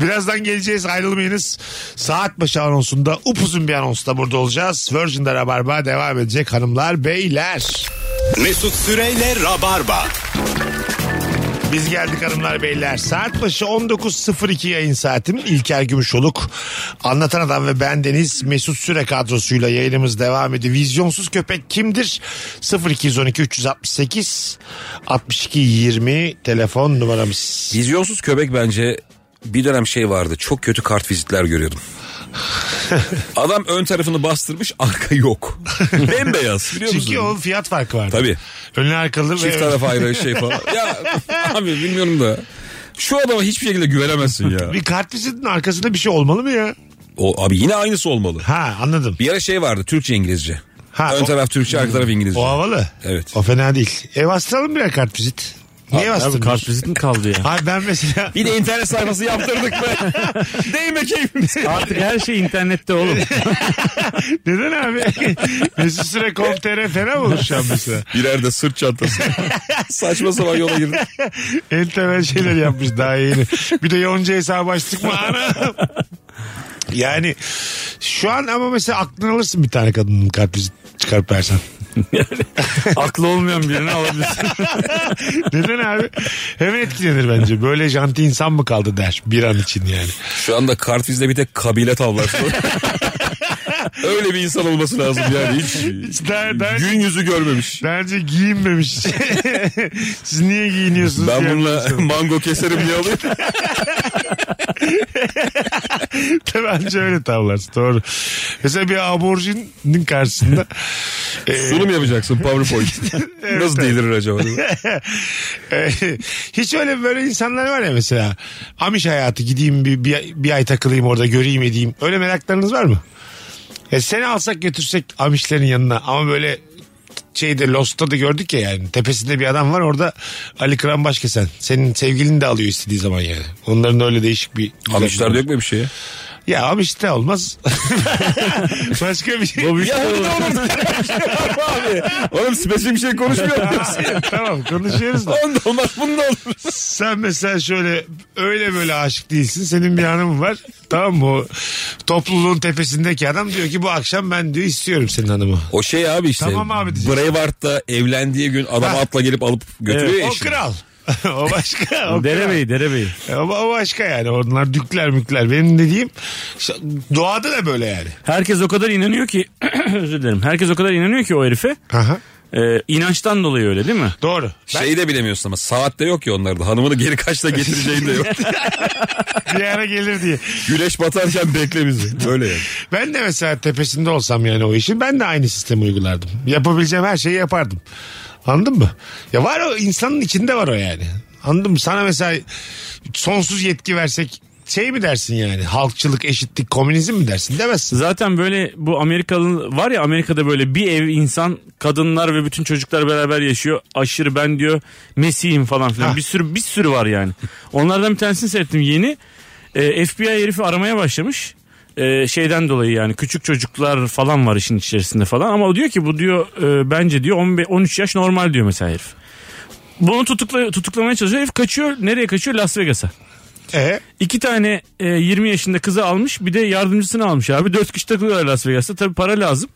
Birazdan geleceğiz ayrılmayınız. Saat başı anonsunda upuzun bir anonsla burada olacağız. Virgin'de Rabarba devam edecek hanımlar beyler. Mesut Süreyle Rabarba. Biz geldik hanımlar beyler. Saat başı 19.02 yayın saatim. İlker Gümüşoluk, Anlatan Adam ve ben Deniz Mesut Süre kadrosuyla yayınımız devam ediyor. Vizyonsuz köpek kimdir? 0212 368 62 20 telefon numaramız. Vizyonsuz köpek bence bir dönem şey vardı. Çok kötü kart vizitler görüyordum. Adam ön tarafını bastırmış arka yok. Bembeyaz biliyor musun? Çünkü o fiyat farkı var. Tabii. Önlü arkalı ve Çift taraf ayrı şey falan. Ya abi bilmiyorum da. Şu adama hiçbir şekilde güvenemezsin ya. bir kart vizitin arkasında bir şey olmalı mı ya? O, abi yine aynısı olmalı. Ha anladım. Bir ara şey vardı Türkçe İngilizce. Ha, Ön o- taraf Türkçe arka taraf İngilizce. O havalı. Evet. O fena değil. E bastıralım birer kart vizit. Niye Abi bastırmıyorsun? kartvizit mi kaldı ya? Hayır ben mesela Bir de internet sayfası yaptırdık be. Değme keyfimiz. Artık her şey internette oğlum. neden abi? Mesut Süre kom.tr fena mı olur şu an mesela? Birer de sırt çantası. Saçma sapan yola girdi. En temel şeyler yapmış daha yeni. Bir de yonca hesabı açtık mı anam? Yani şu an ama mesela aklına alırsın bir tane kadının kart vizit çıkarıp versen. Aklı olmayan birini alabilirsin. Neden abi? Hemen etkilenir bence. Böyle janti insan mı kaldı der bir an için yani. Şu anda kartvizde bir tek kabile tavlası. var. Öyle bir insan olması lazım yani. Hiç Daha, daha, gün yüzü görmemiş. daha önce giyinmemiş. Siz niye giyiniyorsunuz? Ben diyen bununla insan. mango keserim diye alayım. Tabii anca öyle tavlarsın doğru. Mesela bir aborjinin karşısında e, Sunum yapacaksın PowerPoint. Nasıl delirir acaba? e, hiç öyle böyle insanlar var ya mesela Amiş hayatı gideyim bir, bir, bir ay takılayım orada göreyim edeyim. Öyle meraklarınız var mı? E, seni alsak götürsek Amişlerin yanına ama böyle şeyde Lost'ta da gördük ya yani tepesinde bir adam var orada Ali Kıran Başkesen senin sevgilini de alıyor istediği zaman yani onların öyle değişik bir Amişler yok mu bir şey? Ya abi işte olmaz. Başka bir şey. O bir şey olur. abi. Oğlum spesifik bir şey konuşmuyor muyuz? tamam konuşuyoruz da. Onda olmaz bunda olur. Sen mesela şöyle öyle böyle aşık değilsin. Senin bir hanım var. Tamam mı? O Topluluğun tepesindeki adam diyor ki bu akşam ben diyor istiyorum senin hanımı. O şey abi işte. Tamam abi diyeceğiz. Braveheart'ta evlendiği gün adam atla gelip alıp götürüyor ya O eşini. kral. o başka. O kral. Derebeyi derebeyi. Ama o başka yani. Onlar dükler mükler. Benim dediğim doğada da böyle yani. Herkes o kadar inanıyor ki özür dilerim. Herkes o kadar inanıyor ki o herife. Aha. Ee, inançtan dolayı öyle değil mi? Doğru. Ben Şeyi de bilemiyorsun ama saatte yok ya onlarda. Hanımını geri kaçta getireceği de yok. bir ara gelir diye. Güneş batarken bekle bizi. Böyle yani. Ben de mesela tepesinde olsam yani o işin ben de aynı sistemi uygulardım. Yapabileceğim her şeyi yapardım. Anladın mı? Ya var o insanın içinde var o yani. Anladın mı? Sana mesela sonsuz yetki versek şey mi dersin yani? Halkçılık, eşitlik, komünizm mi dersin? Demezsin. Zaten böyle bu Amerikalı var ya Amerika'da böyle bir ev insan kadınlar ve bütün çocuklar beraber yaşıyor. Aşırı ben diyor Mesih'im falan filan. Ha. Bir sürü bir sürü var yani. Onlardan bir tanesini seyrettim yeni. Ee, FBI herifi aramaya başlamış. Ee, şeyden dolayı yani küçük çocuklar falan var işin içerisinde falan. Ama o diyor ki bu diyor e, bence diyor 15, 13 yaş normal diyor mesela herif. Bunu tutukla, tutuklamaya çalışıyor. Herif kaçıyor. Nereye kaçıyor? Las Vegas'a. E, İki tane e, 20 yaşında kızı almış bir de yardımcısını almış abi. Dört kişi takılıyorlar Las Vegas'ta tabi para lazım.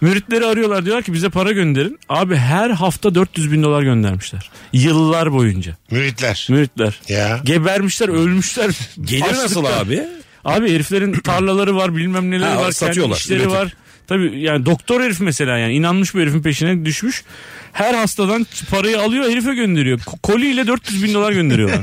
Müritleri arıyorlar diyorlar ki bize para gönderin. Abi her hafta 400 bin dolar göndermişler. Yıllar boyunca müritler. müritler. Ya. Gebermişler ölmüşler. Gelir nasıl Açlıktan. abi? Abi heriflerin tarlaları var bilmem neleri Ha, var. satıyorlar, Kendi işleri üretim. var. Tabii yani doktor herif mesela yani inanmış bu herifin peşine düşmüş. Her hastadan parayı alıyor herife gönderiyor. Ko- Koliyle 400 bin dolar gönderiyorlar.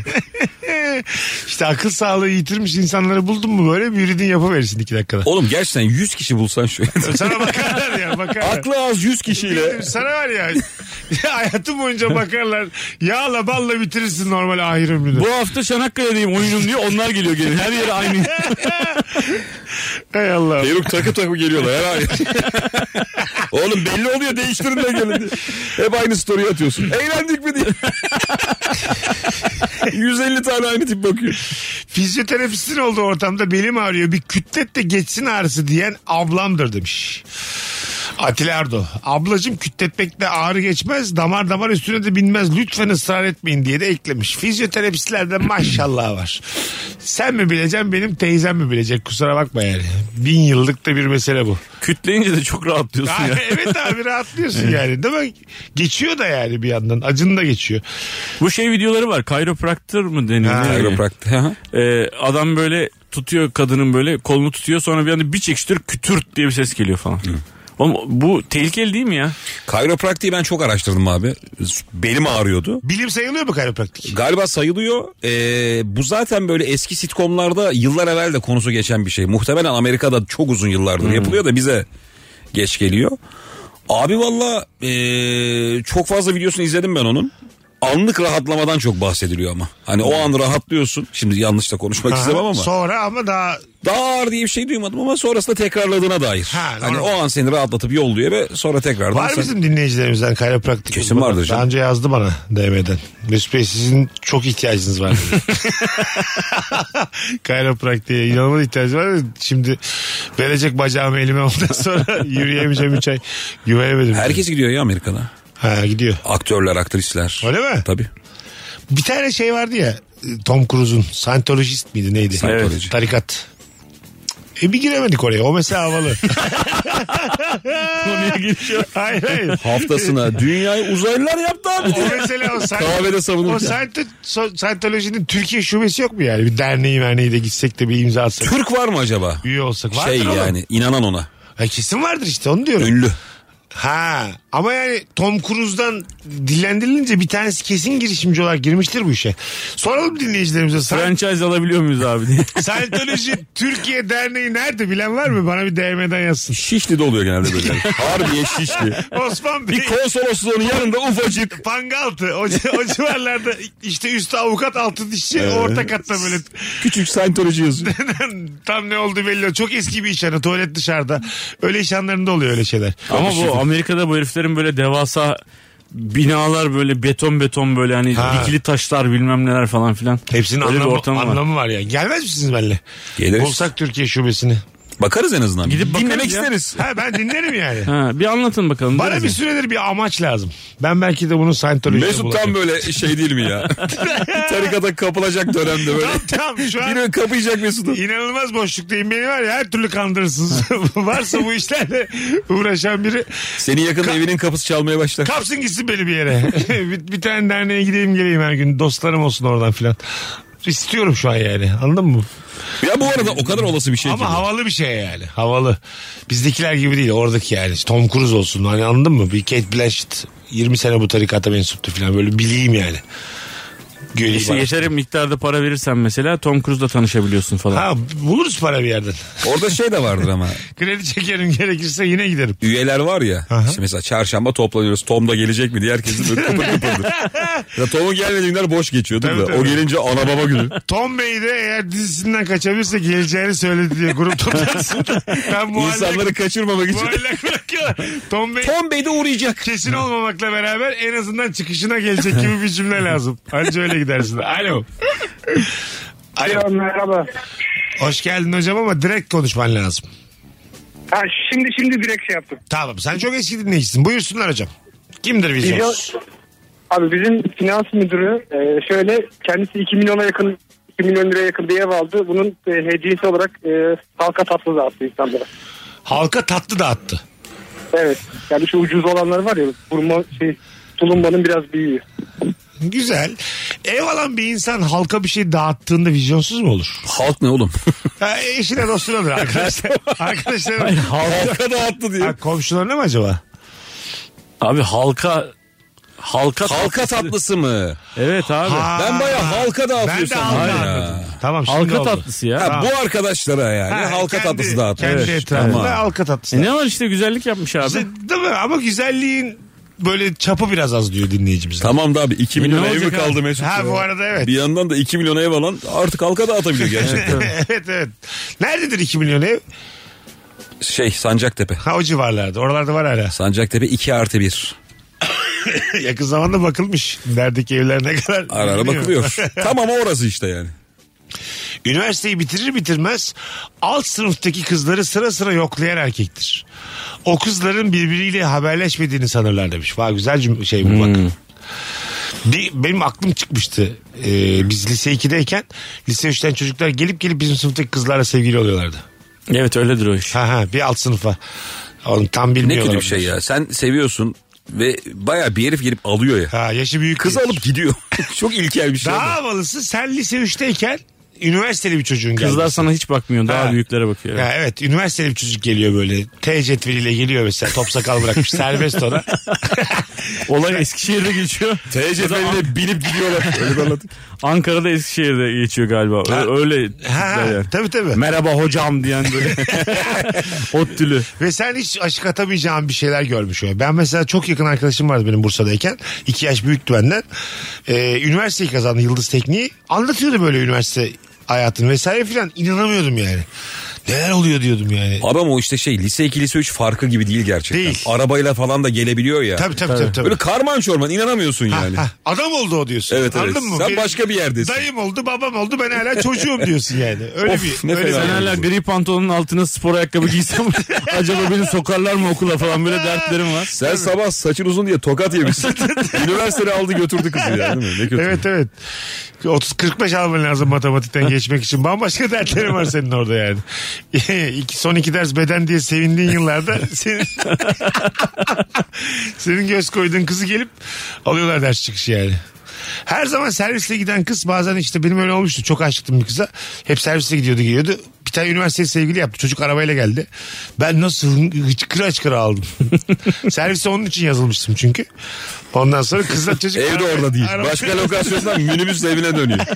İşte akıl sağlığı yitirmiş insanları buldun mu böyle müridin yapıverirsin iki dakikada. Oğlum gerçekten 100 kişi bulsan şu. Sana bakarlar ya bakarlar. Aklı az 100 kişiyle. Bildim, Sana var ya, ya hayatım boyunca bakarlar yağla balla bitirirsin normal ahir ömrünü. Bu hafta Çanakkale'deyim oyunum diyor. Onlar geliyor gene. Her yere aynı. Hay Allah. Peruk takı takı geliyorlar her ay. Oğlum belli oluyor değiştirin de gelin. Hep aynı story atıyorsun. Eğlendik mi diye. 150 tane aynı tip bakıyor. Fizyoterapistin olduğu ortamda belim ağrıyor bir kütlet de geçsin ağrısı diyen ablamdır demiş. Atilla Ardo. Ablacım kütletmekle ağrı geçmez damar damar üstüne de binmez lütfen ısrar etmeyin diye de eklemiş. Fizyoterapistlerde maşallah var. Sen mi bileceksin benim teyzem mi bilecek kusura bakma yani. Bin yıllık da bir mesele bu. Kütleyince de çok rahatlıyorsun Abi, ya. evet abi rahatlıyorsun yani değil mi? Geçiyor da yani bir yandan acın da geçiyor. Bu şey videoları var. Kayropraktör mü deniyor? Ha, ne deniyor? Aeropraktı. Ee, adam böyle tutuyor kadının böyle kolunu tutuyor sonra bir anda bir çekiştiriyor kütürt diye bir ses geliyor falan. Oğlum bu tehlikeli değil mi ya? Kayropraktiği ben çok araştırdım abi. Belim ağrıyordu. Bilim sayılıyor mu kayropraktik? Galiba sayılıyor. Ee, bu zaten böyle eski sitcomlarda yıllar evvel de konusu geçen bir şey. Muhtemelen Amerika'da çok uzun yıllardır Hmm. yapılıyor da bize geç geliyor. Abi valla ee, çok fazla videosunu izledim ben onun. Anlık rahatlamadan çok bahsediliyor ama. Hani o an rahatlıyorsun. Şimdi yanlış da konuşmak Aha, istemem ama. Sonra ama daha daha ağır diye bir şey duymadım ama sonrasında tekrarladığına dair. Ha, hani normal. o an seni rahatlatıp yolluyor ve sonra tekrardan. var sen- bizim dinleyicilerimizden kayropraktik. Kesin uzmanı? vardır canım. Daha önce yazdı bana DM'den. Mesut Bey sizin çok ihtiyacınız var. dedi. Kayropraktiğe inanılmaz ihtiyacı var. dedi. Şimdi verecek bacağımı elime ondan sonra yürüyemeyeceğim 3 ay. Güvenemedim. Herkes gidiyor ya Amerika'da. Ha gidiyor. Aktörler, aktrisler. Öyle mi? Tabii. Bir tane şey vardı ya Tom Cruise'un Scientologist miydi neydi? Scientology. Tarikat. E bir giremedik oraya. O mesela havalı. Konuya girişiyor. hayır hayır. Haftasına dünyayı uzaylılar yaptı abi. O mesela o Scient- Kahvede o savunurken. Scient- so- Scientology'nin Türkiye şubesi yok mu yani? Bir derneği verneği de gitsek de bir imza atsak. Türk var mı acaba? Üye olsak. Vardır Şey oğlum. yani inanan ona. Ha, kesin vardır işte onu diyorum. Ünlü. Ha ama yani Tom Cruise'dan dillendirilince bir tanesi kesin girişimci olarak girmiştir bu işe. Soralım dinleyicilerimize. Scient- Franchise alabiliyor muyuz abi diye. Scientology Türkiye Derneği nerede bilen var mı? Bana bir DM'den yazsın. Şişli'de oluyor genelde böyle. Harbiye Şişli. Osman Bey. Bir konsolosluğun yanında ufacık. Pangaltı. O, o civarlarda işte üstü avukat altı dişçi orta katta böyle. Küçük Scientology yazıyor. Tam ne oldu belli değil. Çok eski bir iş yani tuvalet dışarıda. Öyle iş anlarında oluyor öyle şeyler. Ama bu Amerika'da bu heriflerin böyle devasa binalar böyle beton beton böyle hani Ha. dikili taşlar bilmem neler falan filan. Hepsinin Öyle bir anlamı, ortamı var. anlamı var. yani. Gelmez misiniz benimle? Geliriz. Bulsak Türkiye şubesini. Bakarız en azından. Gidip Dinlemek bakarız ya. isteriz. Ha ben dinlerim yani. Ha, bir anlatın bakalım. Bana Biraz bir yani. süredir bir amaç lazım. Ben belki de bunu Scientology'ye Mesut tam böyle şey değil mi ya? Tarikata kapılacak dönemde böyle. Tam tam şu an Biri kapayacak Mesut'u. İnanılmaz boşluktayım. Beni var ya her türlü kandırırsınız. Varsa bu işlerle uğraşan biri Senin yakın evinin kapısı çalmaya başlar. kapsın gitsin beni bir yere. bir, bir tane derneğe gideyim geleyim her gün. Dostlarım olsun oradan filan. İstiyorum şu an yani. Anladın mı? ya bu arada o kadar olası bir şey ki. Ama havalı bir şey yani. Havalı. Bizdekiler gibi değil. Oradaki yani. Tom Cruise olsun. Hani anladın mı? Bir Kate Blanchett 20 sene bu tarikata mensuptu filan. Böyle bileyim yani. Göreyim. İşte ara- yeter miktarda para verirsen mesela Tom Cruise'la tanışabiliyorsun falan. Ha buluruz para bir yerden. Orada şey de vardır ama. Kredi çekerim gerekirse yine giderim. Üyeler var ya. işte mesela çarşamba toplanıyoruz. Tom da gelecek mi diye herkes de böyle kıpır kıpırdır. ya Tom'un gelmediği günler boş geçiyordur Tabii, da. tabii. O gelince ana baba günü. Tom Bey de eğer dizisinden kaçabilirse geleceğini söyledi diye grup toplantısında. ben muallak, İnsanları kaçırmamak için. muallak bırakıyorlar. Tom Bey Tom Bey de uğrayacak. kesin olmamakla beraber en azından çıkışına gelecek gibi bir cümle lazım. Anca öyle gidersin. Alo. Alo. Merhaba. Hoş geldin hocam ama direkt konuşman lazım. Ha, şimdi şimdi direkt şey yaptım. Tamam sen çok eski dinleyicisin. Buyursunlar hocam. Kimdir Vizyoz? Vizyoz- Abi bizim finans müdürü e, şöyle kendisi 2 milyona yakın 2 milyon liraya yakın bir ev aldı. Bunun e, hediyesi olarak e, halka tatlı dağıttı insanlara. Halka tatlı dağıttı. Evet. Yani şu ucuz olanlar var ya burma şey tulumbanın biraz büyüğü. Güzel. Ev alan bir insan halka bir şey dağıttığında vizyonsuz mu olur? Halk ne oğlum? Ha, eşine dostuna olur arkadaşlar. arkadaşlar. Halka dağıttı diye. Ha, komşularına mı acaba? Abi halka halka Halka tatlısı mı? Evet abi. Ha, Ben bayağı halka Ben de dağıtıyorsun. halka Ha ya. anladım. Tamam şimdi halka oldu. tatlısı ya. Ha, bu arkadaşlara yani Ha, halka kendi- tatlısı dağıtıyor. Kendi Evet. etrafında Tamam. halka tatlısı. E ne var işte güzellik yapmış abi. dağıtıyor. Değil mi? Ama güzelliğin böyle çapı biraz az diyor dinleyicimiz. Tamam da abi 2 milyon ne ev mi olacak kaldı abi? Mesut? Ha ya? bu arada evet. Bir yandan da 2 milyon ev alan artık halka dağıtabiliyor gerçekten. evet evet. Nerededir 2 milyon ev? şey Sancaktepe. Ha o civarlarda. Oralarda var hala. Sancaktepe 2 artı 1. Yakın zamanda bakılmış. Neredeki evler ne kadar. Ara ara bilmiyorum. bakılıyor. tamam orası işte yani. Üniversiteyi bitirir bitirmez alt sınıftaki kızları sıra sıra yoklayan erkektir. O kızların birbiriyle haberleşmediğini sanırlar demiş. Vay güzel cüm- şey bu bak. Hmm. Bir, benim aklım çıkmıştı. Ee, biz lise 2'deyken lise 3'ten çocuklar gelip gelip bizim sınıftaki kızlarla sevgili oluyorlardı. Evet öyledir o iş. Ha ha bir alt sınıfa. Onu tam Ne bilmiyorlar. kötü bir şey ya. Sen seviyorsun ve baya bir herif gelip alıyor ya. Ha yaşı büyük. Kız alıp gidiyor. Çok ilkel bir şey. Daha ama. havalısı sen lise 3'teyken üniversiteli bir çocuğun geldi. Kızlar sana hiç bakmıyor. Daha Ha. büyüklere bakıyor. Ya evet üniversiteli bir çocuk geliyor böyle. T cetveliyle geliyor mesela top sakal bırakmış serbest ona. Olay Eskişehir'de geçiyor. TCF'yle binip gidiyorlar. Öyle bir anlattık. Ankara'da Eskişehir'de geçiyor galiba. Ö- Öyle Ha, tipler yani. tabii tabii. Merhaba hocam diyen böyle. Ot tülü. Ve sen hiç aşık atamayacağın bir şeyler görmüş. öyle. Ben mesela çok yakın arkadaşım vardı benim Bursa'dayken. iki yaş büyüktü benden. Ee, üniversiteyi kazandı Yıldız Tekniği. Anlatıyordu böyle üniversite hayatını vesaire filan. İnanamıyordum yani. Neler oluyor diyordum yani. Adam o işte şey lise 2 lise 3 farkı gibi değil gerçekten. Değil. Arabayla falan da gelebiliyor ya. Tabii tabii tabii. tabii. Böyle karman çorman inanamıyorsun Ha, yani. ha. Adam oldu o diyorsun. Evet, evet. Anladın mı? Sen Benim başka bir yerdesin. Dayım oldu, babam oldu. Ben hala çocuğum diyorsun yani. Öyle Of, bir ne öyle fena. Sen bir- hala gri pantolonun altına spor ayakkabı giysem acaba beni sokarlar mı okula falan böyle dertlerim var. Sen sabah saçın uzun diye tokat yemişsin. Üniversitede aldı götürdü kızı yani değil mi? Ne kötü. Evet evet. 30-45 alman lazım matematikten geçmek için. Bambaşka dertlerin var senin orada yani. İki, son iki ders beden diye sevindiğin yıllarda senin, senin göz koyduğun kızı gelip alıyorlar ders çıkışı yani. Her zaman servisle giden kız bazen işte benim öyle olmuştu. Çok aşıktım bir kıza. Hep servisle gidiyordu geliyordu. Bir tane üniversiteli sevgili yaptı. Çocuk arabayla geldi. Ben nasıl hıçkıra hıçkıra aldım. Servise onun için yazılmıştım çünkü. Ondan sonra kızla çocuk... Evde araba- orada değil. araba- Başka lokasyondan minibüs evine dönüyor.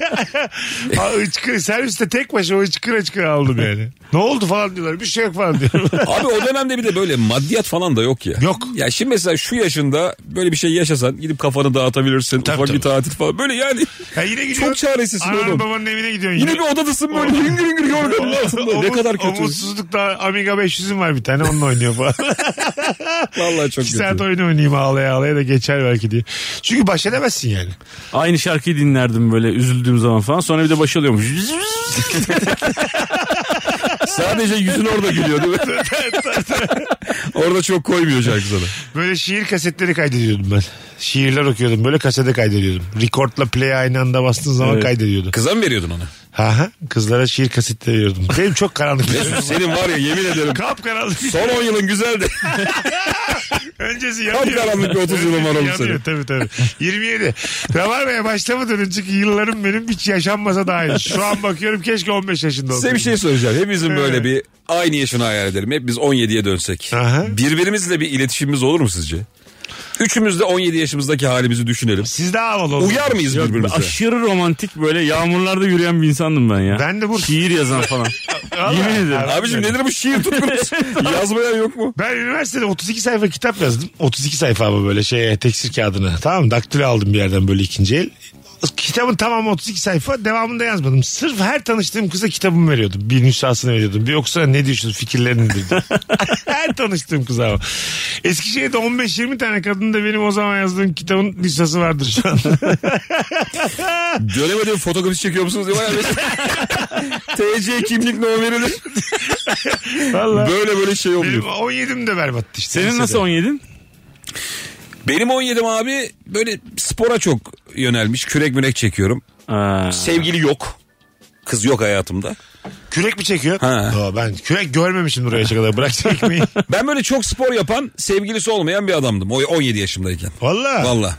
Ha, hıçkırı, serviste tek başıma hıçkıra hıçkıra aldım yani. ne oldu falan diyorlar. Bir şey yok falan diyorum. Abi o dönemde bir de böyle maddiyat falan da yok ya. Yok. Ya şimdi mesela şu yaşında böyle bir şey yaşasan gidip kafanı dağıtabilirsin. Tabii, ufak tabii. bir tatil falan. Böyle yani ya yine gidiyorsun. Çok çaresizsin Anan oğlum. babanın evine gidiyorsun. yine bir odadasın böyle hüngür hüngür yorganla. hayatında ne Omuz- kadar kötü. Umutsuzlukta Amiga 500'üm var bir tane onunla oynuyor falan. Vallahi çok İki saat kötü. oyun oynayayım ağlaya ağlaya da geçer belki diye. Çünkü baş edemezsin yani. Aynı şarkıyı dinlerdim böyle üzüldüğüm zaman falan. Sonra bir de başı oluyormuş. Sadece yüzün orada gülüyor değil mi? orada çok koymuyor şarkı sana. Böyle şiir kasetleri kaydediyordum ben. Şiirler okuyordum böyle kasete kaydediyordum. Record'la play aynı anda bastığın zaman kaydediyordu. Kıza mı veriyordun ona? Ha ha kızlara şiir kasetleri veriyordum. Benim çok karanlık bir Mesut senin var ya yemin ederim. Kap karanlık. Son 10 yılın güzeldi. Öncesi yanıyor. karanlık bir otuz yılım var oğlum Öncesi yanıyor, Tabii tabii. 27. Rabarba'ya başlamadan önceki yıllarım benim hiç yaşanmasa daha iyi. Şu an bakıyorum keşke 15 yaşında Size bir olsaydım. şey söyleyeceğim. Hepimizin böyle bir aynı yaşını hayal edelim. Hep biz 17'ye dönsek. Aha. Birbirimizle bir iletişimimiz olur mu sizce? Üçümüz de 17 yaşımızdaki halimizi düşünelim. Siz daha havalı olun. Uyar mıyız Yok, birbirimize? aşırı romantik böyle yağmurlarda yürüyen bir insandım ben ya. Ben de bu- Şiir yazan falan. Yemin ederim. Abicim nedir bu şiir tutkunuz? Yazmaya yok mu? Ben üniversitede 32 sayfa kitap yazdım. 32 sayfa ama böyle şeye teksir kağıdına. Tamam mı? Daktilo aldım bir yerden böyle ikinci el. Kitabın tamamı 32 sayfa devamında yazmadım. Sırf her tanıştığım kıza kitabımı veriyordum. Bir nüshasını veriyordum. Bir okusana ne diyorsun fikirlerin nedir? diye. her tanıştığım kıza ama. Eskişehir'de 15-20 tane kadın da benim o zaman yazdığım kitabın nüshası vardır şu anda. Dönemedim fotokopi çekiyor musunuz? diye bayağı Mesut- TC kimlik ne verilir? Vallahi. Böyle böyle şey Benim oluyor. 17'm de berbattı işte. Senin nasıl Lisede. 17'in? Benim 17'm abi böyle spora çok yönelmiş. Kürek mürek çekiyorum. Aa, Sevgili yok. Kız yok hayatımda. Kürek mi çekiyor? Ha. Yo, ben kürek görmemişim buraya kadar. Bırak çekmeyi. Ben böyle çok spor yapan, sevgilisi olmayan bir adamdım. O 17 yaşımdayken. Vallahi. Valla.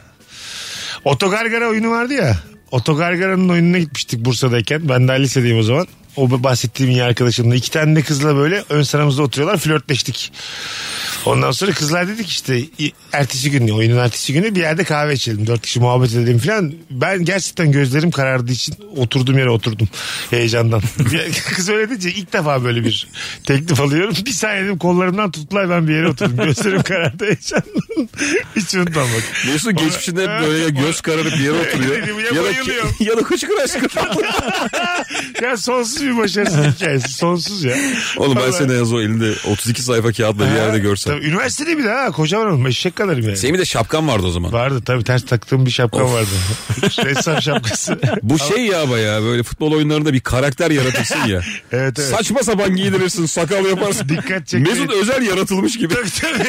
Otogargara oyunu vardı ya. Otogargara'nın oyununa gitmiştik Bursa'dayken. Ben daha lisedeyim o zaman. O bahsettiğim iyi arkadaşımla iki tane de kızla böyle ön sıramızda oturuyorlar flörtleştik. Ondan sonra kızlar dedik işte i- ertesi günü oyunun ertesi günü bir yerde kahve içelim. Dört kişi muhabbet edelim falan. Ben gerçekten gözlerim karardığı için oturduğum yere oturdum heyecandan. Bir- Kız öyle deyince ilk defa böyle bir teklif alıyorum. Bir saniye dedim kollarımdan tuttular ben bir yere oturdum. Gözlerim karardı heyecandan. Hiç unutmam bak. Mesut geçmişinde hep böyle ya göz kararıp bir yere oturuyor. Ya ya, da, bayılıyor. ya da kuşkun aşkı. Ya sonsuz bir başarısız hikayesi. Sonsuz ya. Oğlum ben Vallahi. seni yaz o elinde 32 sayfa kağıtla bir yerde görsem. Tabii, üniversitede bir daha kocaman olmuş. Eşek kadarım yani. Senin bir de şapkan vardı o zaman. Vardı tabii ters taktığım bir şapkam vardı. Ressam şapkası. Bu şey ya bayağı böyle futbol oyunlarında bir karakter yaratırsın ya. Evet, evet. Saçma sapan giydirirsin, sakal yaparsın. Dikkat çekmeye- Mesut özel yaratılmış gibi. Tabii, tabii.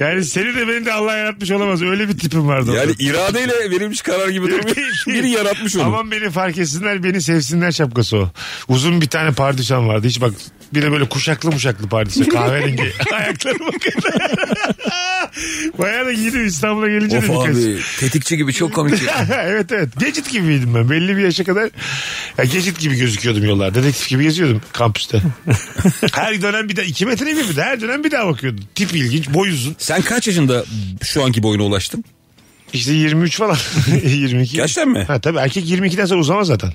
yani seni de beni de Allah yaratmış olamaz. Öyle bir tipim vardı. Yani orada. iradeyle verilmiş karar gibi durmuyor. Biri yaratmış onu. Aman beni fark etsinler beni sevsinler şapkası o. Uzun bir tane pardüsan vardı. Hiç bak bir de böyle kuşaklı muşaklı pardüsan. Kahverengi ayaklarıma kadar. Bayağı da giydim İstanbul'a gelince de Of birkaç. abi tetikçi gibi çok komik. ya. evet evet. Gecit gibiydim ben. Belli bir yaşa kadar ya gecit gibi gözüküyordum yollarda. Dedektif gibi geziyordum kampüste. her dönem bir daha. iki metre bir bir de her dönem bir daha bakıyordum. Tip ilginç. Boy uzun. Sen kaç yaşında şu anki boyuna ulaştın? İşte 23 falan. 22. Gerçekten mi? Ha tabii erkek 22'den sonra uzamaz zaten.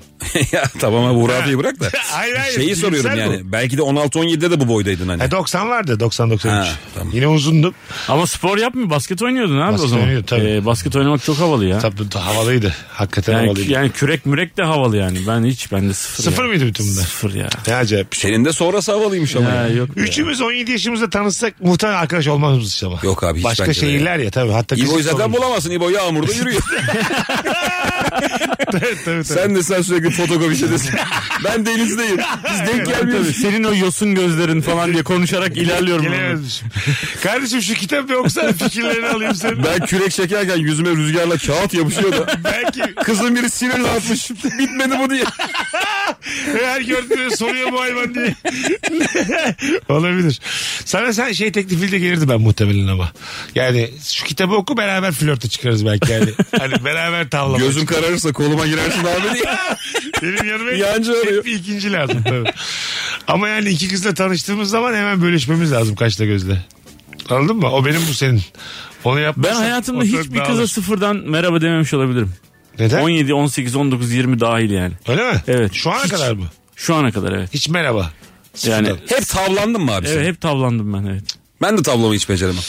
ya tamam abi Uğur abiyi bırak da. Hayır, hayır. Şeyi Cinsel soruyorum bu. E, yani. Belki de 16-17'de de bu boydaydın hani. Ha, 90 vardı 90-93. Ha, tamam. Yine uzundum. Ama spor yapmıyor. Basket oynuyordun abi Basket o zaman. Ee, oynuyordum, tabii. basket oynamak çok havalı ya. Tabii havalıydı. Hakikaten havalıydı. Yani, yani kürek mürek de havalı yani. Ben hiç bende sıfır. Sıfır ya. mıydı bütün bunlar? Sıfır ya. Ne acayip bir şey. Senin de sonrası havalıymış ama. Ya ya. yok. ya. Üçümüz 17 yaşımızda tanışsak muhtemelen arkadaş olmazmışız ama. Yok abi, hiç Başka bence de şehirler ya. tabii. Hatta İbo'yu kızımız zaten olmuş. bulamazsın. İbo yağmurda yürüyor. Tabii, tabii, tabii. sen de sen sürekli fotokopi şeydesin. ben denizdeyim. Biz denk Tabii, gelmiyoruz. senin o yosun gözlerin falan diye konuşarak ilerliyorum. Gelemezmişim. Kardeşim şu kitap yoksa fikirlerini alayım senin. Ben kürek çekerken yüzüme rüzgarla kağıt yapışıyor da. Belki Kızın biri sinirle atmış. Bitmedi bu diye. her gördüğünü soruyor bu hayvan diye. Olabilir. Sana sen şey teklifiyle gelirdi ben muhtemelen ama. Yani şu kitabı oku beraber flörte çıkarız belki yani. Hani beraber tavlama. Gözüm kararırsa koluma girersin abi diye. Benim yanıma Yancı hep arıyor. bir ikinci lazım tabii. Ama yani iki kızla tanıştığımız zaman hemen bölüşmemiz lazım kaşla gözle. Anladın mı? O benim bu senin. Onu Ben yapmazsan hayatımda ortalık hiçbir dağılır. kıza sıfırdan merhaba dememiş olabilirim. Neden? 17, 18, 19, 20 dahil yani. Öyle mi? Evet. Şu ana Hiç. kadar mı? Şu ana kadar evet. Hiç merhaba. Yani Hep tavlandın mı abi sen? evet, hep tavlandım ben evet. Ben de tavlamayı hiç beceremem.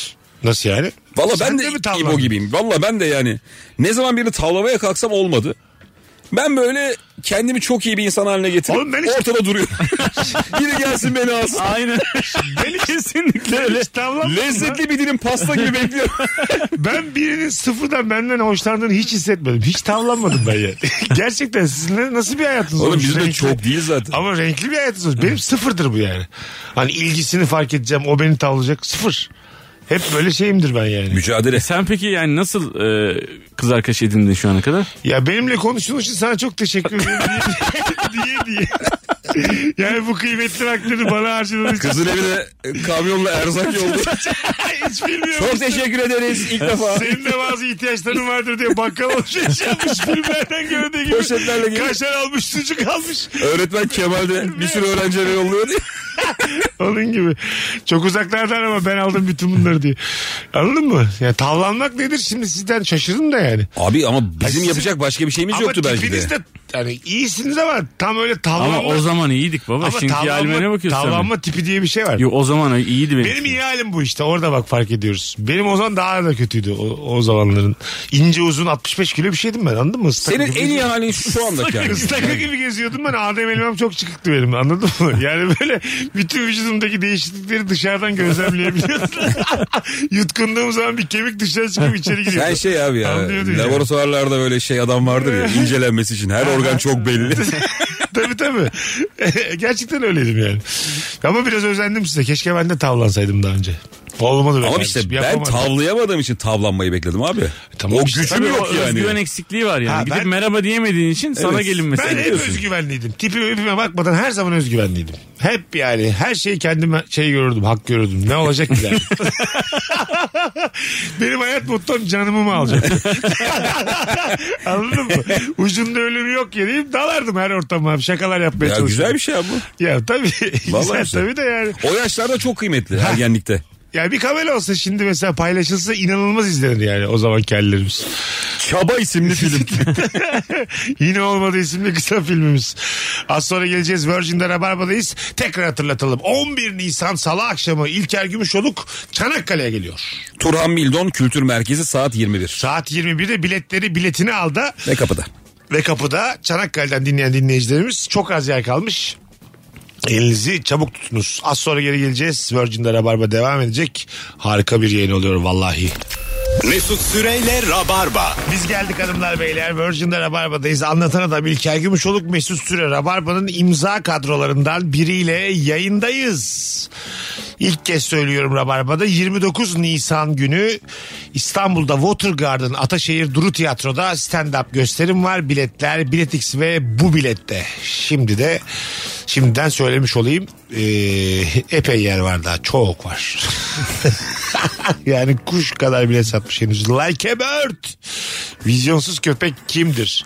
Nasıl yani? Valla Sen ben de, mi tavlandın? İbo gibiyim. Valla ben de yani ne zaman birini tavlamaya kalksam olmadı. Ben böyle kendimi çok iyi bir insan haline getirip Oğlum ben hiç- ortada duruyorum. Biri gelsin beni alsın. Aynen. Beni kesinlikle öyle. Lezzetli bir dilim pasta gibi bekliyorum. Ben birinin sıfırdan benden hoşlandığını hiç hissetmedim. Hiç tavlanmadım ben yani. Gerçekten sizinle nasıl bir hayatınız Oğlum olmuş? bizim de Renkli- çok değil zaten. Ama renkli bir hayatınız olmuş. Benim sıfırdır bu yani. Hani ilgisini fark edeceğim o beni tavlayacak sıfır. Hep böyle şeyimdir ben yani. Mücadele. Sen peki yani nasıl e, kız arkadaş edindin şu ana kadar? Ya benimle konuştuğun için sana çok teşekkür ederim diye diye. diye. yani bu kıymetli vaktini bana harcadığın için Kızın evine kamyonla erzak yoldu. hiç bilmiyorum. çok teşekkür ederiz ilk defa. Senin de bazı ihtiyaçların vardır diye bakkal alışveriş yapmış filmlerden gördüğü gibi. Poşetlerle geliyor. Kaşar almış sucuk almış. Öğretmen Kemal de bir sürü öğrencilere yolluyor diye. Onun gibi. Çok uzaklardan ama ben aldım bütün bunları diye. Anladın mı? Ya tavlanmak nedir şimdi sizden şaşırdım da yani. Abi ama Ay, bizim sizin- yapacak başka bir şeyimiz Ama yoktu belki de. tipiniz de yani iyisiniz ama tam öyle tavlanma. Ama o zaman iyiydik baba. Şimdi halime ne bakıyorsun? sen? tavlanma tipi diye bir şey var. Yok o zaman iyiydi benim. Benim iyi halim bu işte. Orada bak fark ediyoruz. Benim o zaman daha da kötüydü o, o zamanların. İnce uzun 65 kilo bir şeydim ben anladın mı? Islak Senin gibi en iyi geziyordum. halin şu anda yani. Islaka gibi geziyordum ben. Adem elmam çok çıkıktı benim anladın mı? Yani böyle bütün vücudumdaki değişiklikleri dışarıdan gözlemleyebiliyordum. Yutkunduğum zaman bir kemik dışarı çıkıp içeri giriyordu. Sen şey abi ya Anlıyordu ya. laboratuvarlarda böyle şey adam vardır ya incelenmesi için her organ çok belli. şey- tabii tabii. Gerçekten öyleydim yani. Ama biraz özendim size. Keşke ben de tavlansaydım daha önce. Olmadı be Ama kardeşim, işte ben yapamadım. tavlayamadığım için tavlanmayı bekledim abi. Tamam o işte. gücüm Tabii yok o yani. özgüven eksikliği var yani. Ha, Gidip ben- merhaba diyemediğin için sana gelinmesi. Ben hep diyorsun. özgüvenliydim. Tipime öpüme bakmadan her zaman özgüvenliydim. Hep yani her şeyi kendime şey görürdüm, hak görürdüm. Ne olacak ki derdim. Benim hayat mottom canımı mı alacak? Anladın mı? Ucunda ölüm yok ya deyip dalardım her ortama. abi. Şakalar yapmaya Ya çalışıyordum. güzel bir şey abi bu. Ya tabii. güzel, güzel. tabii de yani. O yaşlarda çok kıymetli ergenlikte. Ya bir kamera olsa şimdi mesela paylaşılsa inanılmaz izlenir yani o zaman kellerimiz. Çaba isimli film. Yine olmadı isimli kısa filmimiz. Az sonra geleceğiz Virgin'de Rabarba'dayız. Tekrar hatırlatalım. 11 Nisan Salı akşamı İlker Gümüşoluk Çanakkale'ye geliyor. Turhan Bildon Kültür Merkezi saat 21. Saat 21'de biletleri biletini aldı Ve kapıda. ve kapıda Çanakkale'den dinleyen dinleyicilerimiz çok az yer kalmış. Elinizi çabuk tutunuz. Az sonra geri geleceğiz. Virgin'de Rabarba devam edecek. Harika bir yayın oluyor vallahi. Mesut Süreyle Rabarba. Biz geldik hanımlar beyler. Virgin'de Rabarba'dayız. Anlatan adam İlker Gümüşoluk Mesut Süre Rabarba'nın imza kadrolarından biriyle yayındayız. İlk kez söylüyorum Rabarba'da 29 Nisan günü İstanbul'da Watergarden Ataşehir Duru Tiyatro'da stand-up gösterim var. Biletler Biletix ve bu bilette. Şimdi de şimdiden söylemiş olayım. Ee, epey yer var daha. Çok var. yani kuş kadar bile satmış henüz. Like a bird. Vizyonsuz köpek kimdir?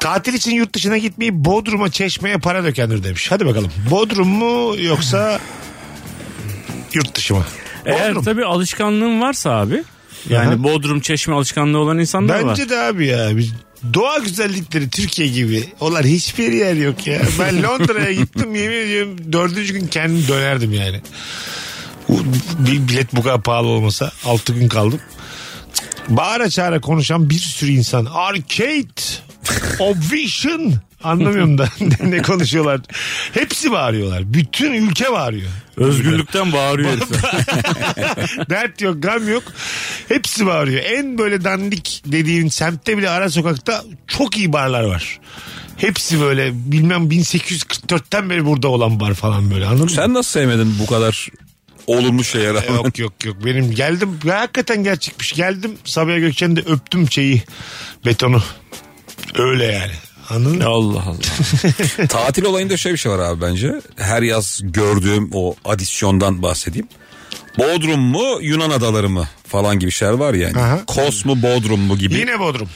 Tatil için yurt dışına gitmeyi Bodrum'a çeşmeye para dökendir demiş. Hadi bakalım. Bodrum mu yoksa yurt dışı mı? Eğer Bodrum. tabii alışkanlığın varsa abi. Yani Aha. Bodrum, Çeşme alışkanlığı olan insanlar var. Bence de abi ya. Biz doğa güzellikleri Türkiye gibi. Olan hiçbir yer yok ya. Ben Londra'ya gittim yemin ediyorum dördüncü gün kendim dönerdim yani. Bu- Bir bilet bu kadar pahalı olmasa altı gün kaldım. Bağıra çağıra konuşan bir sürü insan. Arcade, Obvision. Anlamıyorum da ne konuşuyorlar. Hepsi bağırıyorlar. Bütün ülke bağırıyor. Özgürlükten bağırıyor herifler. Dert yok, gam yok. Hepsi bağırıyor. En böyle dandik dediğin semtte bile ara sokakta çok iyi barlar var. Hepsi böyle bilmem 1844'ten beri burada olan bar falan böyle anladın mı? Sen nasıl sevmedin bu kadar olumlu şeye rağmen? Yok yok yok benim geldim ya hakikaten gerçekmiş geldim Sabiha Gökçen'de öptüm şeyi betonu öyle yani anladın mı? Allah Allah. Tatil olayında şöyle bir şey var abi bence. Her yaz gördüğüm o adisyondan bahsedeyim. Bodrum mu Yunan adaları mı falan gibi şeyler var yani. Aha. Kos mu Bodrum mu gibi. Yine Bodrum.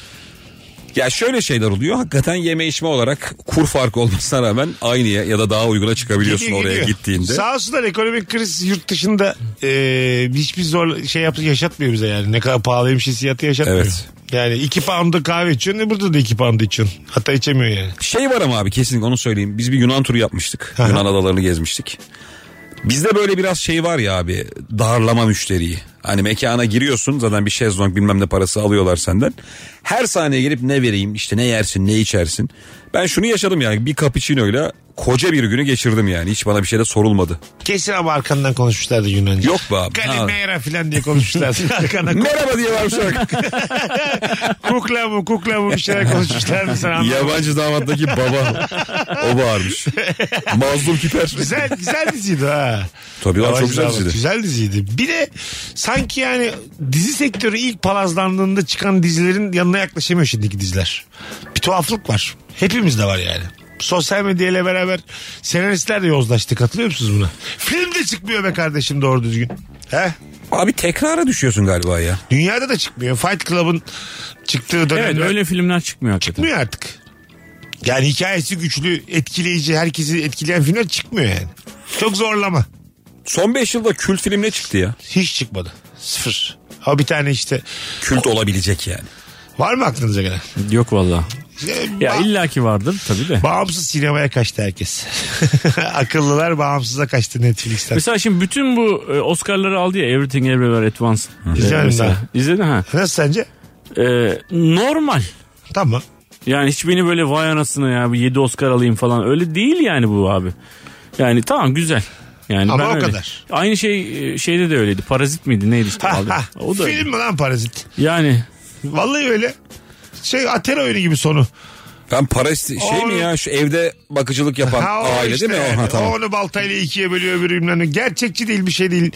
Ya şöyle şeyler oluyor. Hakikaten yeme içme olarak kur farkı olmasına rağmen aynıya ya da daha uyguna çıkabiliyorsun Gidiyor, oraya gidiyor. gittiğinde. Sağ olsunlar ekonomik kriz yurt dışında e, hiçbir zor şey yaptı yaşatmıyor bize yani. Ne kadar pahalıymış hissiyatı yaşatmıyor. Evet. Yani iki pound'da kahve içiyorsun e, burada da iki pound içiyorsun. Hatta içemiyor yani. Şey var ama abi kesinlikle onu söyleyeyim. Biz bir Yunan turu yapmıştık. Yunan adalarını gezmiştik. Bizde böyle biraz şey var ya abi darlama müşteriyi. Hani mekana giriyorsun zaten bir şezlong bilmem ne parası alıyorlar senden. Her sahneye gelip ne vereyim işte ne yersin ne içersin. Ben şunu yaşadım yani bir cappuccino'yla koca bir günü geçirdim yani hiç bana bir şey de sorulmadı. Kesin ama arkandan konuşmuşlardı Yunanca. Yok be abi. Kalimera falan diye konuşmuşlardı. Arkandan Merhaba diye varmışlar. kukla mı kukla mı bir şeyler konuşmuşlardı sana. anlamadım. Yabancı damattaki baba o bağırmış. Mazlum kiper. Güzel, güzel diziydi ha. Tabii lan, Yavaş çok güzel yavaş. diziydi. Güzel diziydi. Bir de sanki yani dizi sektörü ilk palazlandığında çıkan dizilerin yanına yaklaşamıyor şimdiki diziler. Bir tuhaflık var. Hepimizde var yani. Sosyal medyayla beraber senaristler de yozlaştı. Katılıyor musunuz buna? Film de çıkmıyor be kardeşim doğru düzgün. He? Abi tekrara düşüyorsun galiba ya. Dünyada da çıkmıyor. Fight Club'ın çıktığı dönemde. Evet öyle filmler çıkmıyor hakikaten. çıkmıyor artık. Yani hikayesi güçlü, etkileyici, herkesi etkileyen filmler çıkmıyor yani. Çok zorlama. Son 5 yılda kült film ne çıktı ya? Hiç çıkmadı. Sıfır. Ha bir tane işte. Kült olabilecek yani. Var mı aklınıza gelen? Yok valla. Ee, Ya ba- illaki vardır tabii de. bağımsız sinemaya kaçtı herkes. Akıllılar bağımsıza kaçtı Netflix'ten. Mesela şimdi bütün bu e, Oscar'ları aldı ya Everything Everywhere at Once. E, İzlemedim mesela. İzledin ha. Nasıl sence? E, normal. Tamam. Yani hiç beni böyle vay anasına ya 7 Oscar alayım falan öyle değil yani bu abi. Yani tamam güzel. Yani Ama ben o öyle. kadar. Aynı şey e, şeyde de öyleydi. Parazit miydi neydi işte abi. O da öyle. Film mi lan Parazit? Yani Vallahi öyle. Şey Atero oyunu gibi sonu. Ben parası şey mi Oğlum. ya şu evde bakıcılık yapan Ha, o aile işte değil mi? O, yani. ha, tamam. O onu baltayla ikiye bölüyor öbürü bilmem ne. Gerçekçi değil bir şey değil.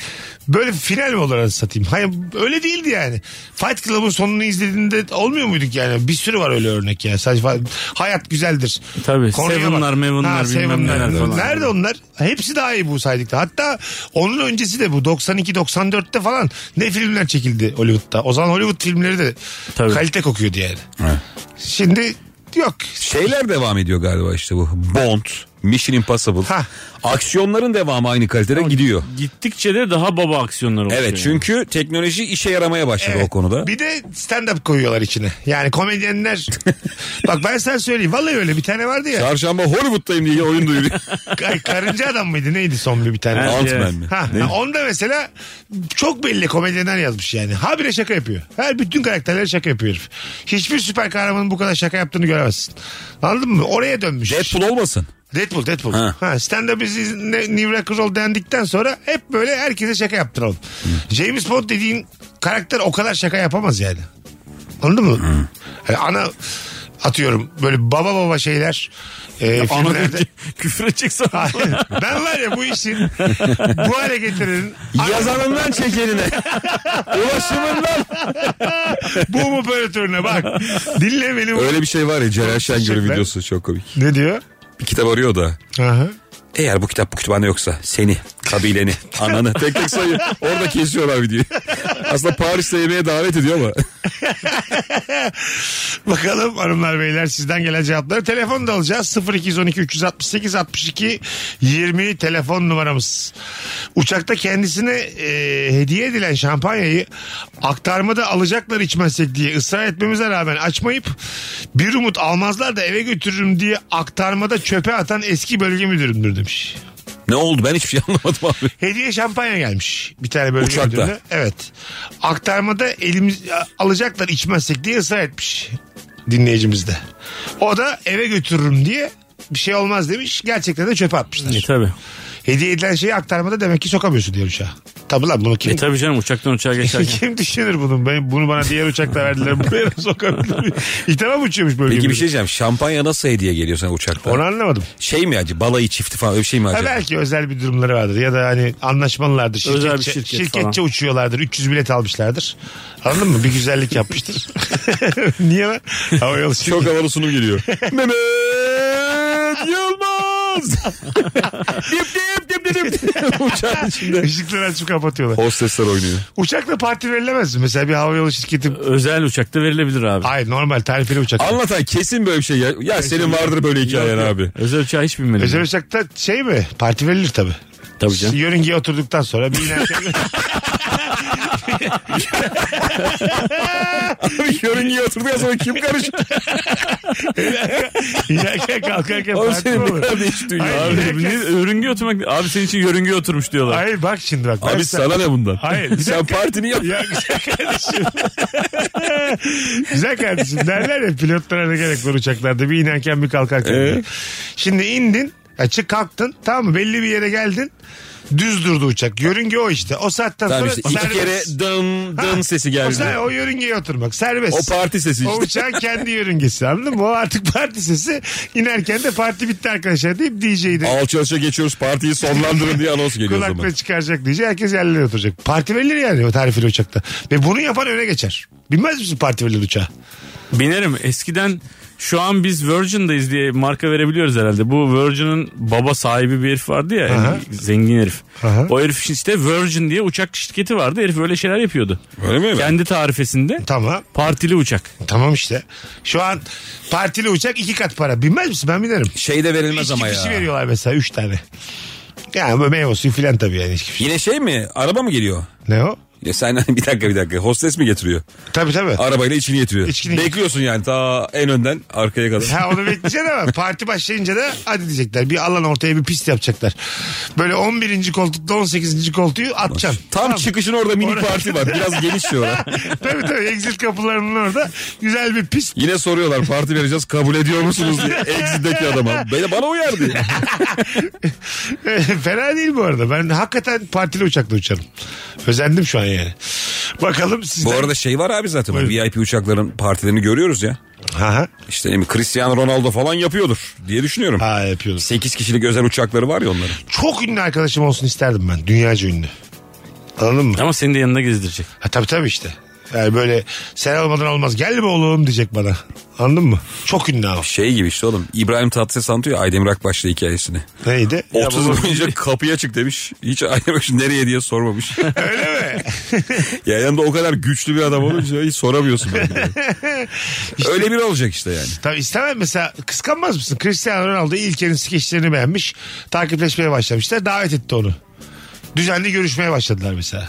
Böyle final mi olur anasını satayım? Hayır öyle değildi yani. Fight Club'ın sonunu izlediğinde olmuyor muyduk yani? Bir sürü var öyle örnek ya. Sadece fa- hayat güzeldir. Tabii, Konuya bak. Seven'lar, Meven'lar, Ha, bilmem neler falan. Nerede onlar? Hepsi daha iyi bu saydıkta. Hatta onun öncesi de bu 92-94'te falan ne filmler çekildi Hollywood'da. O zaman Hollywood filmleri de Tabii. kalite kokuyordu yani. Evet. Şimdi yok. Şeyler devam ediyor galiba işte bu. Bond, Mission Impossible. Ha. Aksiyonların devamı aynı kalitede gidiyor. gittikçe de daha baba aksiyonları oluyor. Evet çünkü teknoloji işe yaramaya başladı Evet. o konuda. Bir de stand-up koyuyorlar içine. Yani komedyenler. Bak ben sana söyleyeyim. Vallahi öyle bir tane vardı ya. Çarşamba Hollywood'dayım diye oyun duyuruyor. Kar- karınca adam mıydı? Neydi son bir, bir tane? Evet. Ant-Man mi? Ha, ha, onda mesela çok belli komedyenler yazmış yani. Habire şaka yapıyor. Her bütün karakterler şaka yapıyor herif. Hiçbir süper kahramanın bu kadar şaka yaptığını göremezsin. Anladın mı? Oraya dönmüş. Deadpool olmasın. Deadpool, Deadpool. Ha. Ha. stand-up is is- ne- New Rock Roll dendikten sonra hep böyle herkese şaka yaptıralım. James Bond dediğin karakter o kadar şaka yapamaz yani. Anladın mı? Yani ana atıyorum böyle baba baba şeyler. E, Ana filmlerde- küfür edeceksin. ben var ya bu işin bu hale getirenin Yazanından çekenine. Ulaşımından. bu operatörüne bak. Dinle benim. Öyle bir şey var ya Celal Şengör Teşekkürler. videosu çok komik. Ne diyor? Bir kitap arıyor da. Aha. Eğer bu kitap bu kütüphane yoksa seni, kabileni, ananı tek tek sayıyor. Orada kesiyorlar videoyu. Aslında Paris'te yemeğe davet ediyor ama. Bakalım hanımlar beyler sizden gelen cevapları. Telefonu da alacağız. 0212 368 62 20 telefon numaramız. Uçakta kendisine e, hediye edilen şampanyayı aktarmada alacaklar içmezsek diye ısrar etmemize rağmen açmayıp bir umut almazlar da eve götürürüm diye aktarmada çöpe atan eski bölge müdürümdür demiş. Ne oldu ben hiçbir şey anlamadım abi. Hediye şampanya gelmiş bir tane bölge Uçakta. müdürüne. Evet. Aktarmada elimiz alacaklar içmezsek diye ısrar etmiş dinleyicimiz de. O da eve götürürüm diye bir şey olmaz demiş. Gerçekten de çöpe atmışlar. E tabi. Hediye edilen şeyi aktarmada demek ki sokamıyorsun diyor uçağa. Tabii lan bunu kim... E tabi canım uçaktan uçağa geçerken. Kim düşünür bunu? Ben, bunu bana diğer uçakta verdiler. Buraya da sokabilir miyim? İlk defa mı uçuyormuş bölge Peki bir müdürü? şey diyeceğim. Şampanya nasıl hediye geliyor sana uçakta? Onu anlamadım. Şey mi acaba? Balayı çifti falan öyle bir şey mi Ha acaba? belki özel bir durumları vardır ya da hani anlaşmalılardır. Şirketçe, Özel bir şirket şirketçe falan. uçuyorlardır. 300 bilet almışlardır. Anladın mı? Bir güzellik yapmıştır. Niye lan? Hava yolu şirketi. Çok havalı sunum geliyor. Mehmet Yılmaz. dip dip dip dip dip. Uçağın içinde. Işıkları açıp kapatıyorlar. Hostesler oynuyor. Uçakla parti verilemez mi? Mesela bir havayolu şirketi. Özel uçakta verilebilir abi. Hayır normal tarifeli uçak. Anlatan kesin böyle bir şey. Ya, ya senin vardır böyle hikayen abi. Özel uçağa hiç binmedim. Özel uçakta şey mi? Parti verilir tabii. Tabii canım. Yörüngeye oturduktan sonra bir inerken... Abi yörüngeye oturduktan sonra kim karıştı? inerken kalkarken Abi farklı senin bir olur. kadar değişik dünya. Hayır. Abi, Abi, ne- Örüngü oturmak. Abi senin için yörüngü oturmuş diyorlar. Hayır bak şimdi bak. ben abi sen- sana ne bundan? Hayır, bir Sen dakika. partini yap. Ya güzel kardeşim. güzel kardeşim derler ya pilotlara ne gerek var uçaklarda bir inerken bir kalkarken. Ee? Şimdi indin açık kalktın tamam mı belli bir yere geldin düz durdu uçak. Yörünge o işte. O saatten Tamam sonra işte iki serbest. kere dın Ha, dın sesi O, geldi. sen- o yörüngeye oturmak serbest. O parti sesi O işte. uçağın kendi yörüngesi anladın mı? O artık parti sesi. İnerken de parti bitti arkadaşlar deyip DJ'de Alçalışa geçiyoruz partiyi sonlandırın diye anons geliyor o zaman. kulakla çıkaracak diyecek. Herkes yerlerine oturacak. Parti verilir yani o tarifeli uçakta. Ve bunu yapan öne geçer. Bilmez misin parti verilir uçağı? Binerim. Eskiden şu an biz Virgin'dayız diye marka verebiliyoruz herhalde. Bu Virgin'in baba sahibi bir herif vardı ya. Aha. Zengin herif. Aha. O herif işte Virgin diye uçak şirketi vardı. Herif öyle şeyler yapıyordu. Öyle mi? Kendi tarifesinde Tamam. partili uçak. Tamam işte. Şu an partili uçak iki kat para. Binmez misin? Ben binerim. Şey de verilmez İki ama kişi ya. veriyorlar mesela üç tane. Yani böyle meyve suyu filan tabii yani. içki fişi. Yine şey mi? Araba mı geliyor? Ne o? Ya sen bir dakika bir dakika. Hostes mi getiriyor? Tabii tabii. Arabayla içini getiriyor. İçkini- Bekliyorsun yani ta en önden arkaya kadar. Ha onu bekleyeceksin ama parti başlayınca da hadi diyecekler. Bir alan ortaya bir pist yapacaklar. Böyle 11. koltukta 18. koltuğu atacaksın. Tam Tamam. çıkışın orada mini Orada- parti var. Biraz geniş şey orası. tabii tabii exit kapılarının orada güzel bir pist. Yine soruyorlar parti vereceğiz kabul ediyor musunuz diye. Exit'deki adama. Beni bana uyardı. Fena değil bu arada. Ben hakikaten partili uçakla uçarım. Özendim şu an yani. Bakalım sizden. Bu arada şey var abi zaten. Buyurun. VIP uçakların partilerini görüyoruz ya. Ha, İşte ne bileyim, Cristiano Ronaldo falan yapıyordur diye düşünüyorum. ha yapıyoruz. 8 kişilik özel uçakları var ya onların. Çok ünlü arkadaşım olsun isterdim ben. Dünyaca ünlü. Anladın mı? Ama seni de yanına gezdirecek. Ha, tabii tabii işte. Yani böyle sen olmadan olmaz. Gel mi oğlum diyecek bana. Anladın mı? Çok ünlü ama. Şey gibi işte oğlum. İbrahim Tatlıses anlatıyor ya Aydemir Akbaş'la hikayesini. Neydi? 30 yıl boyunca kapıya çık demiş. Hiç Aydemir Akbaş nereye diye sormamış. Öyle mi? ya yanında o kadar güçlü bir adam olunca hiç soramıyorsun. belki de. Öyle bir olacak işte yani. Tabii istemem mesela kıskanmaz mısın? Cristiano Ronaldo İlker'in skeçlerini beğenmiş. Takipleşmeye başlamışlar. Davet etti onu. Düzenli görüşmeye başladılar mesela.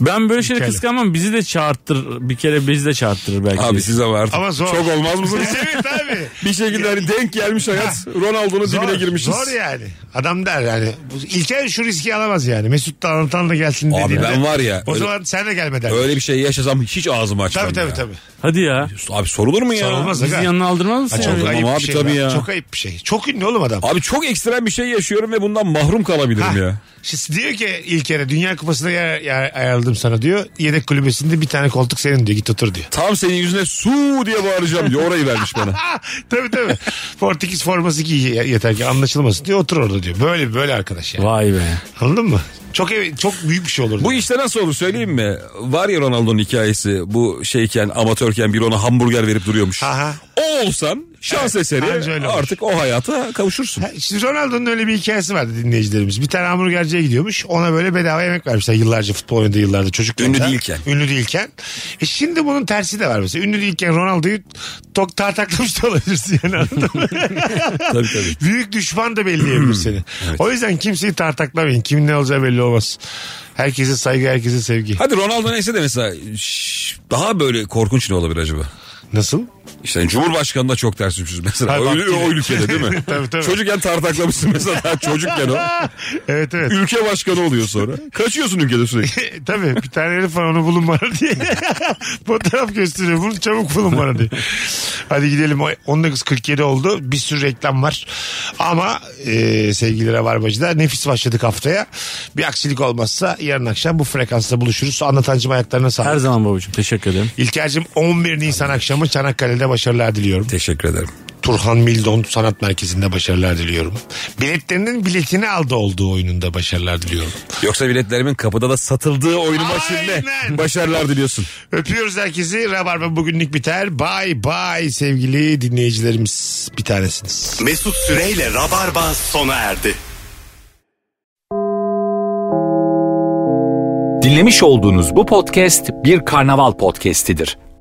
Ben böyle şeyleri Hikaye. kıskanmam. Bizi de çağırttır. Bir kere bizi de çağırttırır belki. Abi siz ama artık Ama zor. çok olmaz mısınız? evet abi. bir şekilde hani denk gelmiş hayat Ronaldo'nun dibine girmişiz. Zor yani. Adam der yani. bu- İlker şu riski alamaz yani. Mesut da anlatan da gelsin Abi dediğinde. ben var ya, O öyle- zaman sen de gelme der. Öyle bir şey yaşasam hiç ağzımı açmam Tabii tabii ya. tabii. Hadi ya. Abi sorulur mu ya? Sorulmaz. Bizi aga. yanına aldırmaz mısın? Ha, yani? çok ayıp abi bir şey. tabii lan. ya. Çok ayıp bir şey. Çok ünlü oğlum adam. Abi çok ekstrem bir şey yaşıyorum ve bundan mahrum kalabilirim Ha. ya. Şimdi diyor ki İlker'e Dünya Kupası'na yer, yer ayarladım sana diyor. Yedek kulübesinde bir tane koltuk senin diyor. Git otur diyor. Tam senin yüzüne su diye bağıracağım diyor. Orayı vermiş bana. Ha, tabii tabii. Portekiz forması giy yeter ki anlaşılmasın diyor. Otur orada diyor. Böyle böyle arkadaş yani. Vay be. Anladın mı? Çok ev- çok büyük bir şey olur. Bu işte nasıl olur söyleyeyim mi? Var ya Ronaldo'nun hikayesi bu şeyken amatörken bir ona hamburger verip duruyormuş. Aha. O olsan şans anca öyle eseri olur. artık o hayata kavuşursun. Ha, Şimdi Ronaldo'nun öyle bir hikayesi vardı dinleyicilerimiz. Bir tane hamburgerciye gidiyormuş. Ona böyle bedava yemek vermişler yıllarca futbol oynadığı yıllarda çocuk Ünlü değilken. Ünlü değilken. E şimdi bunun tersi de var mesela. Ünlü değilken Ronaldo'yu tok tartaklamış da olabilirsin yani anladın mı? tabii tabii. Büyük düşman da belirleyebilir seni. O yüzden kimseyi tartaklamayın. Kimin ne olacağı belli olmaz. Herkese saygı, herkese sevgi. Hadi Ronaldo neyse de mesela şş, daha böyle korkunç ne olabilir acaba? Nasıl? İşte Cumhurbaşkanı da çok ters düşmüş mesela. Hayır, Öyle, vaktiyle. o ülkede değil mi? Tabii, tabii. Çocukken tartaklamışsın mesela daha çocukken o. Evet evet. Ülke başkanı oluyor sonra. Kaçıyorsun ülkede sürekli. E, Tabii bir tane herif var onu bulun bana diye. Fotoğraf gösteriyor bunu çabuk bulun bana diye. Hadi gidelim O 19.47 oldu bir sürü reklam var. Ama e, sevgili Rabarbacı'da nefis başladık haftaya. Bir aksilik olmazsa yarın akşam bu frekansta buluşuruz. Anlatancım ayaklarına sağlık. Her zaman babacığım teşekkür ederim. İlker'cim 11 Nisan akşamı Çanakkale'de başarılar diliyorum. Teşekkür ederim. Turhan Mildon Sanat Merkezi'nde başarılar diliyorum. Biletlerinin biletini aldı olduğu oyununda başarılar diliyorum. Yoksa biletlerimin kapıda da satıldığı oyunuma şimdi Aynen. başarılar diliyorsun. Öpüyoruz herkesi. Rabarba bugünlük biter. Bay bay sevgili dinleyicilerimiz. Bir tanesiniz. Mesut Süreyle Rabarba sona erdi. Dinlemiş olduğunuz bu podcast bir karnaval podcastidir.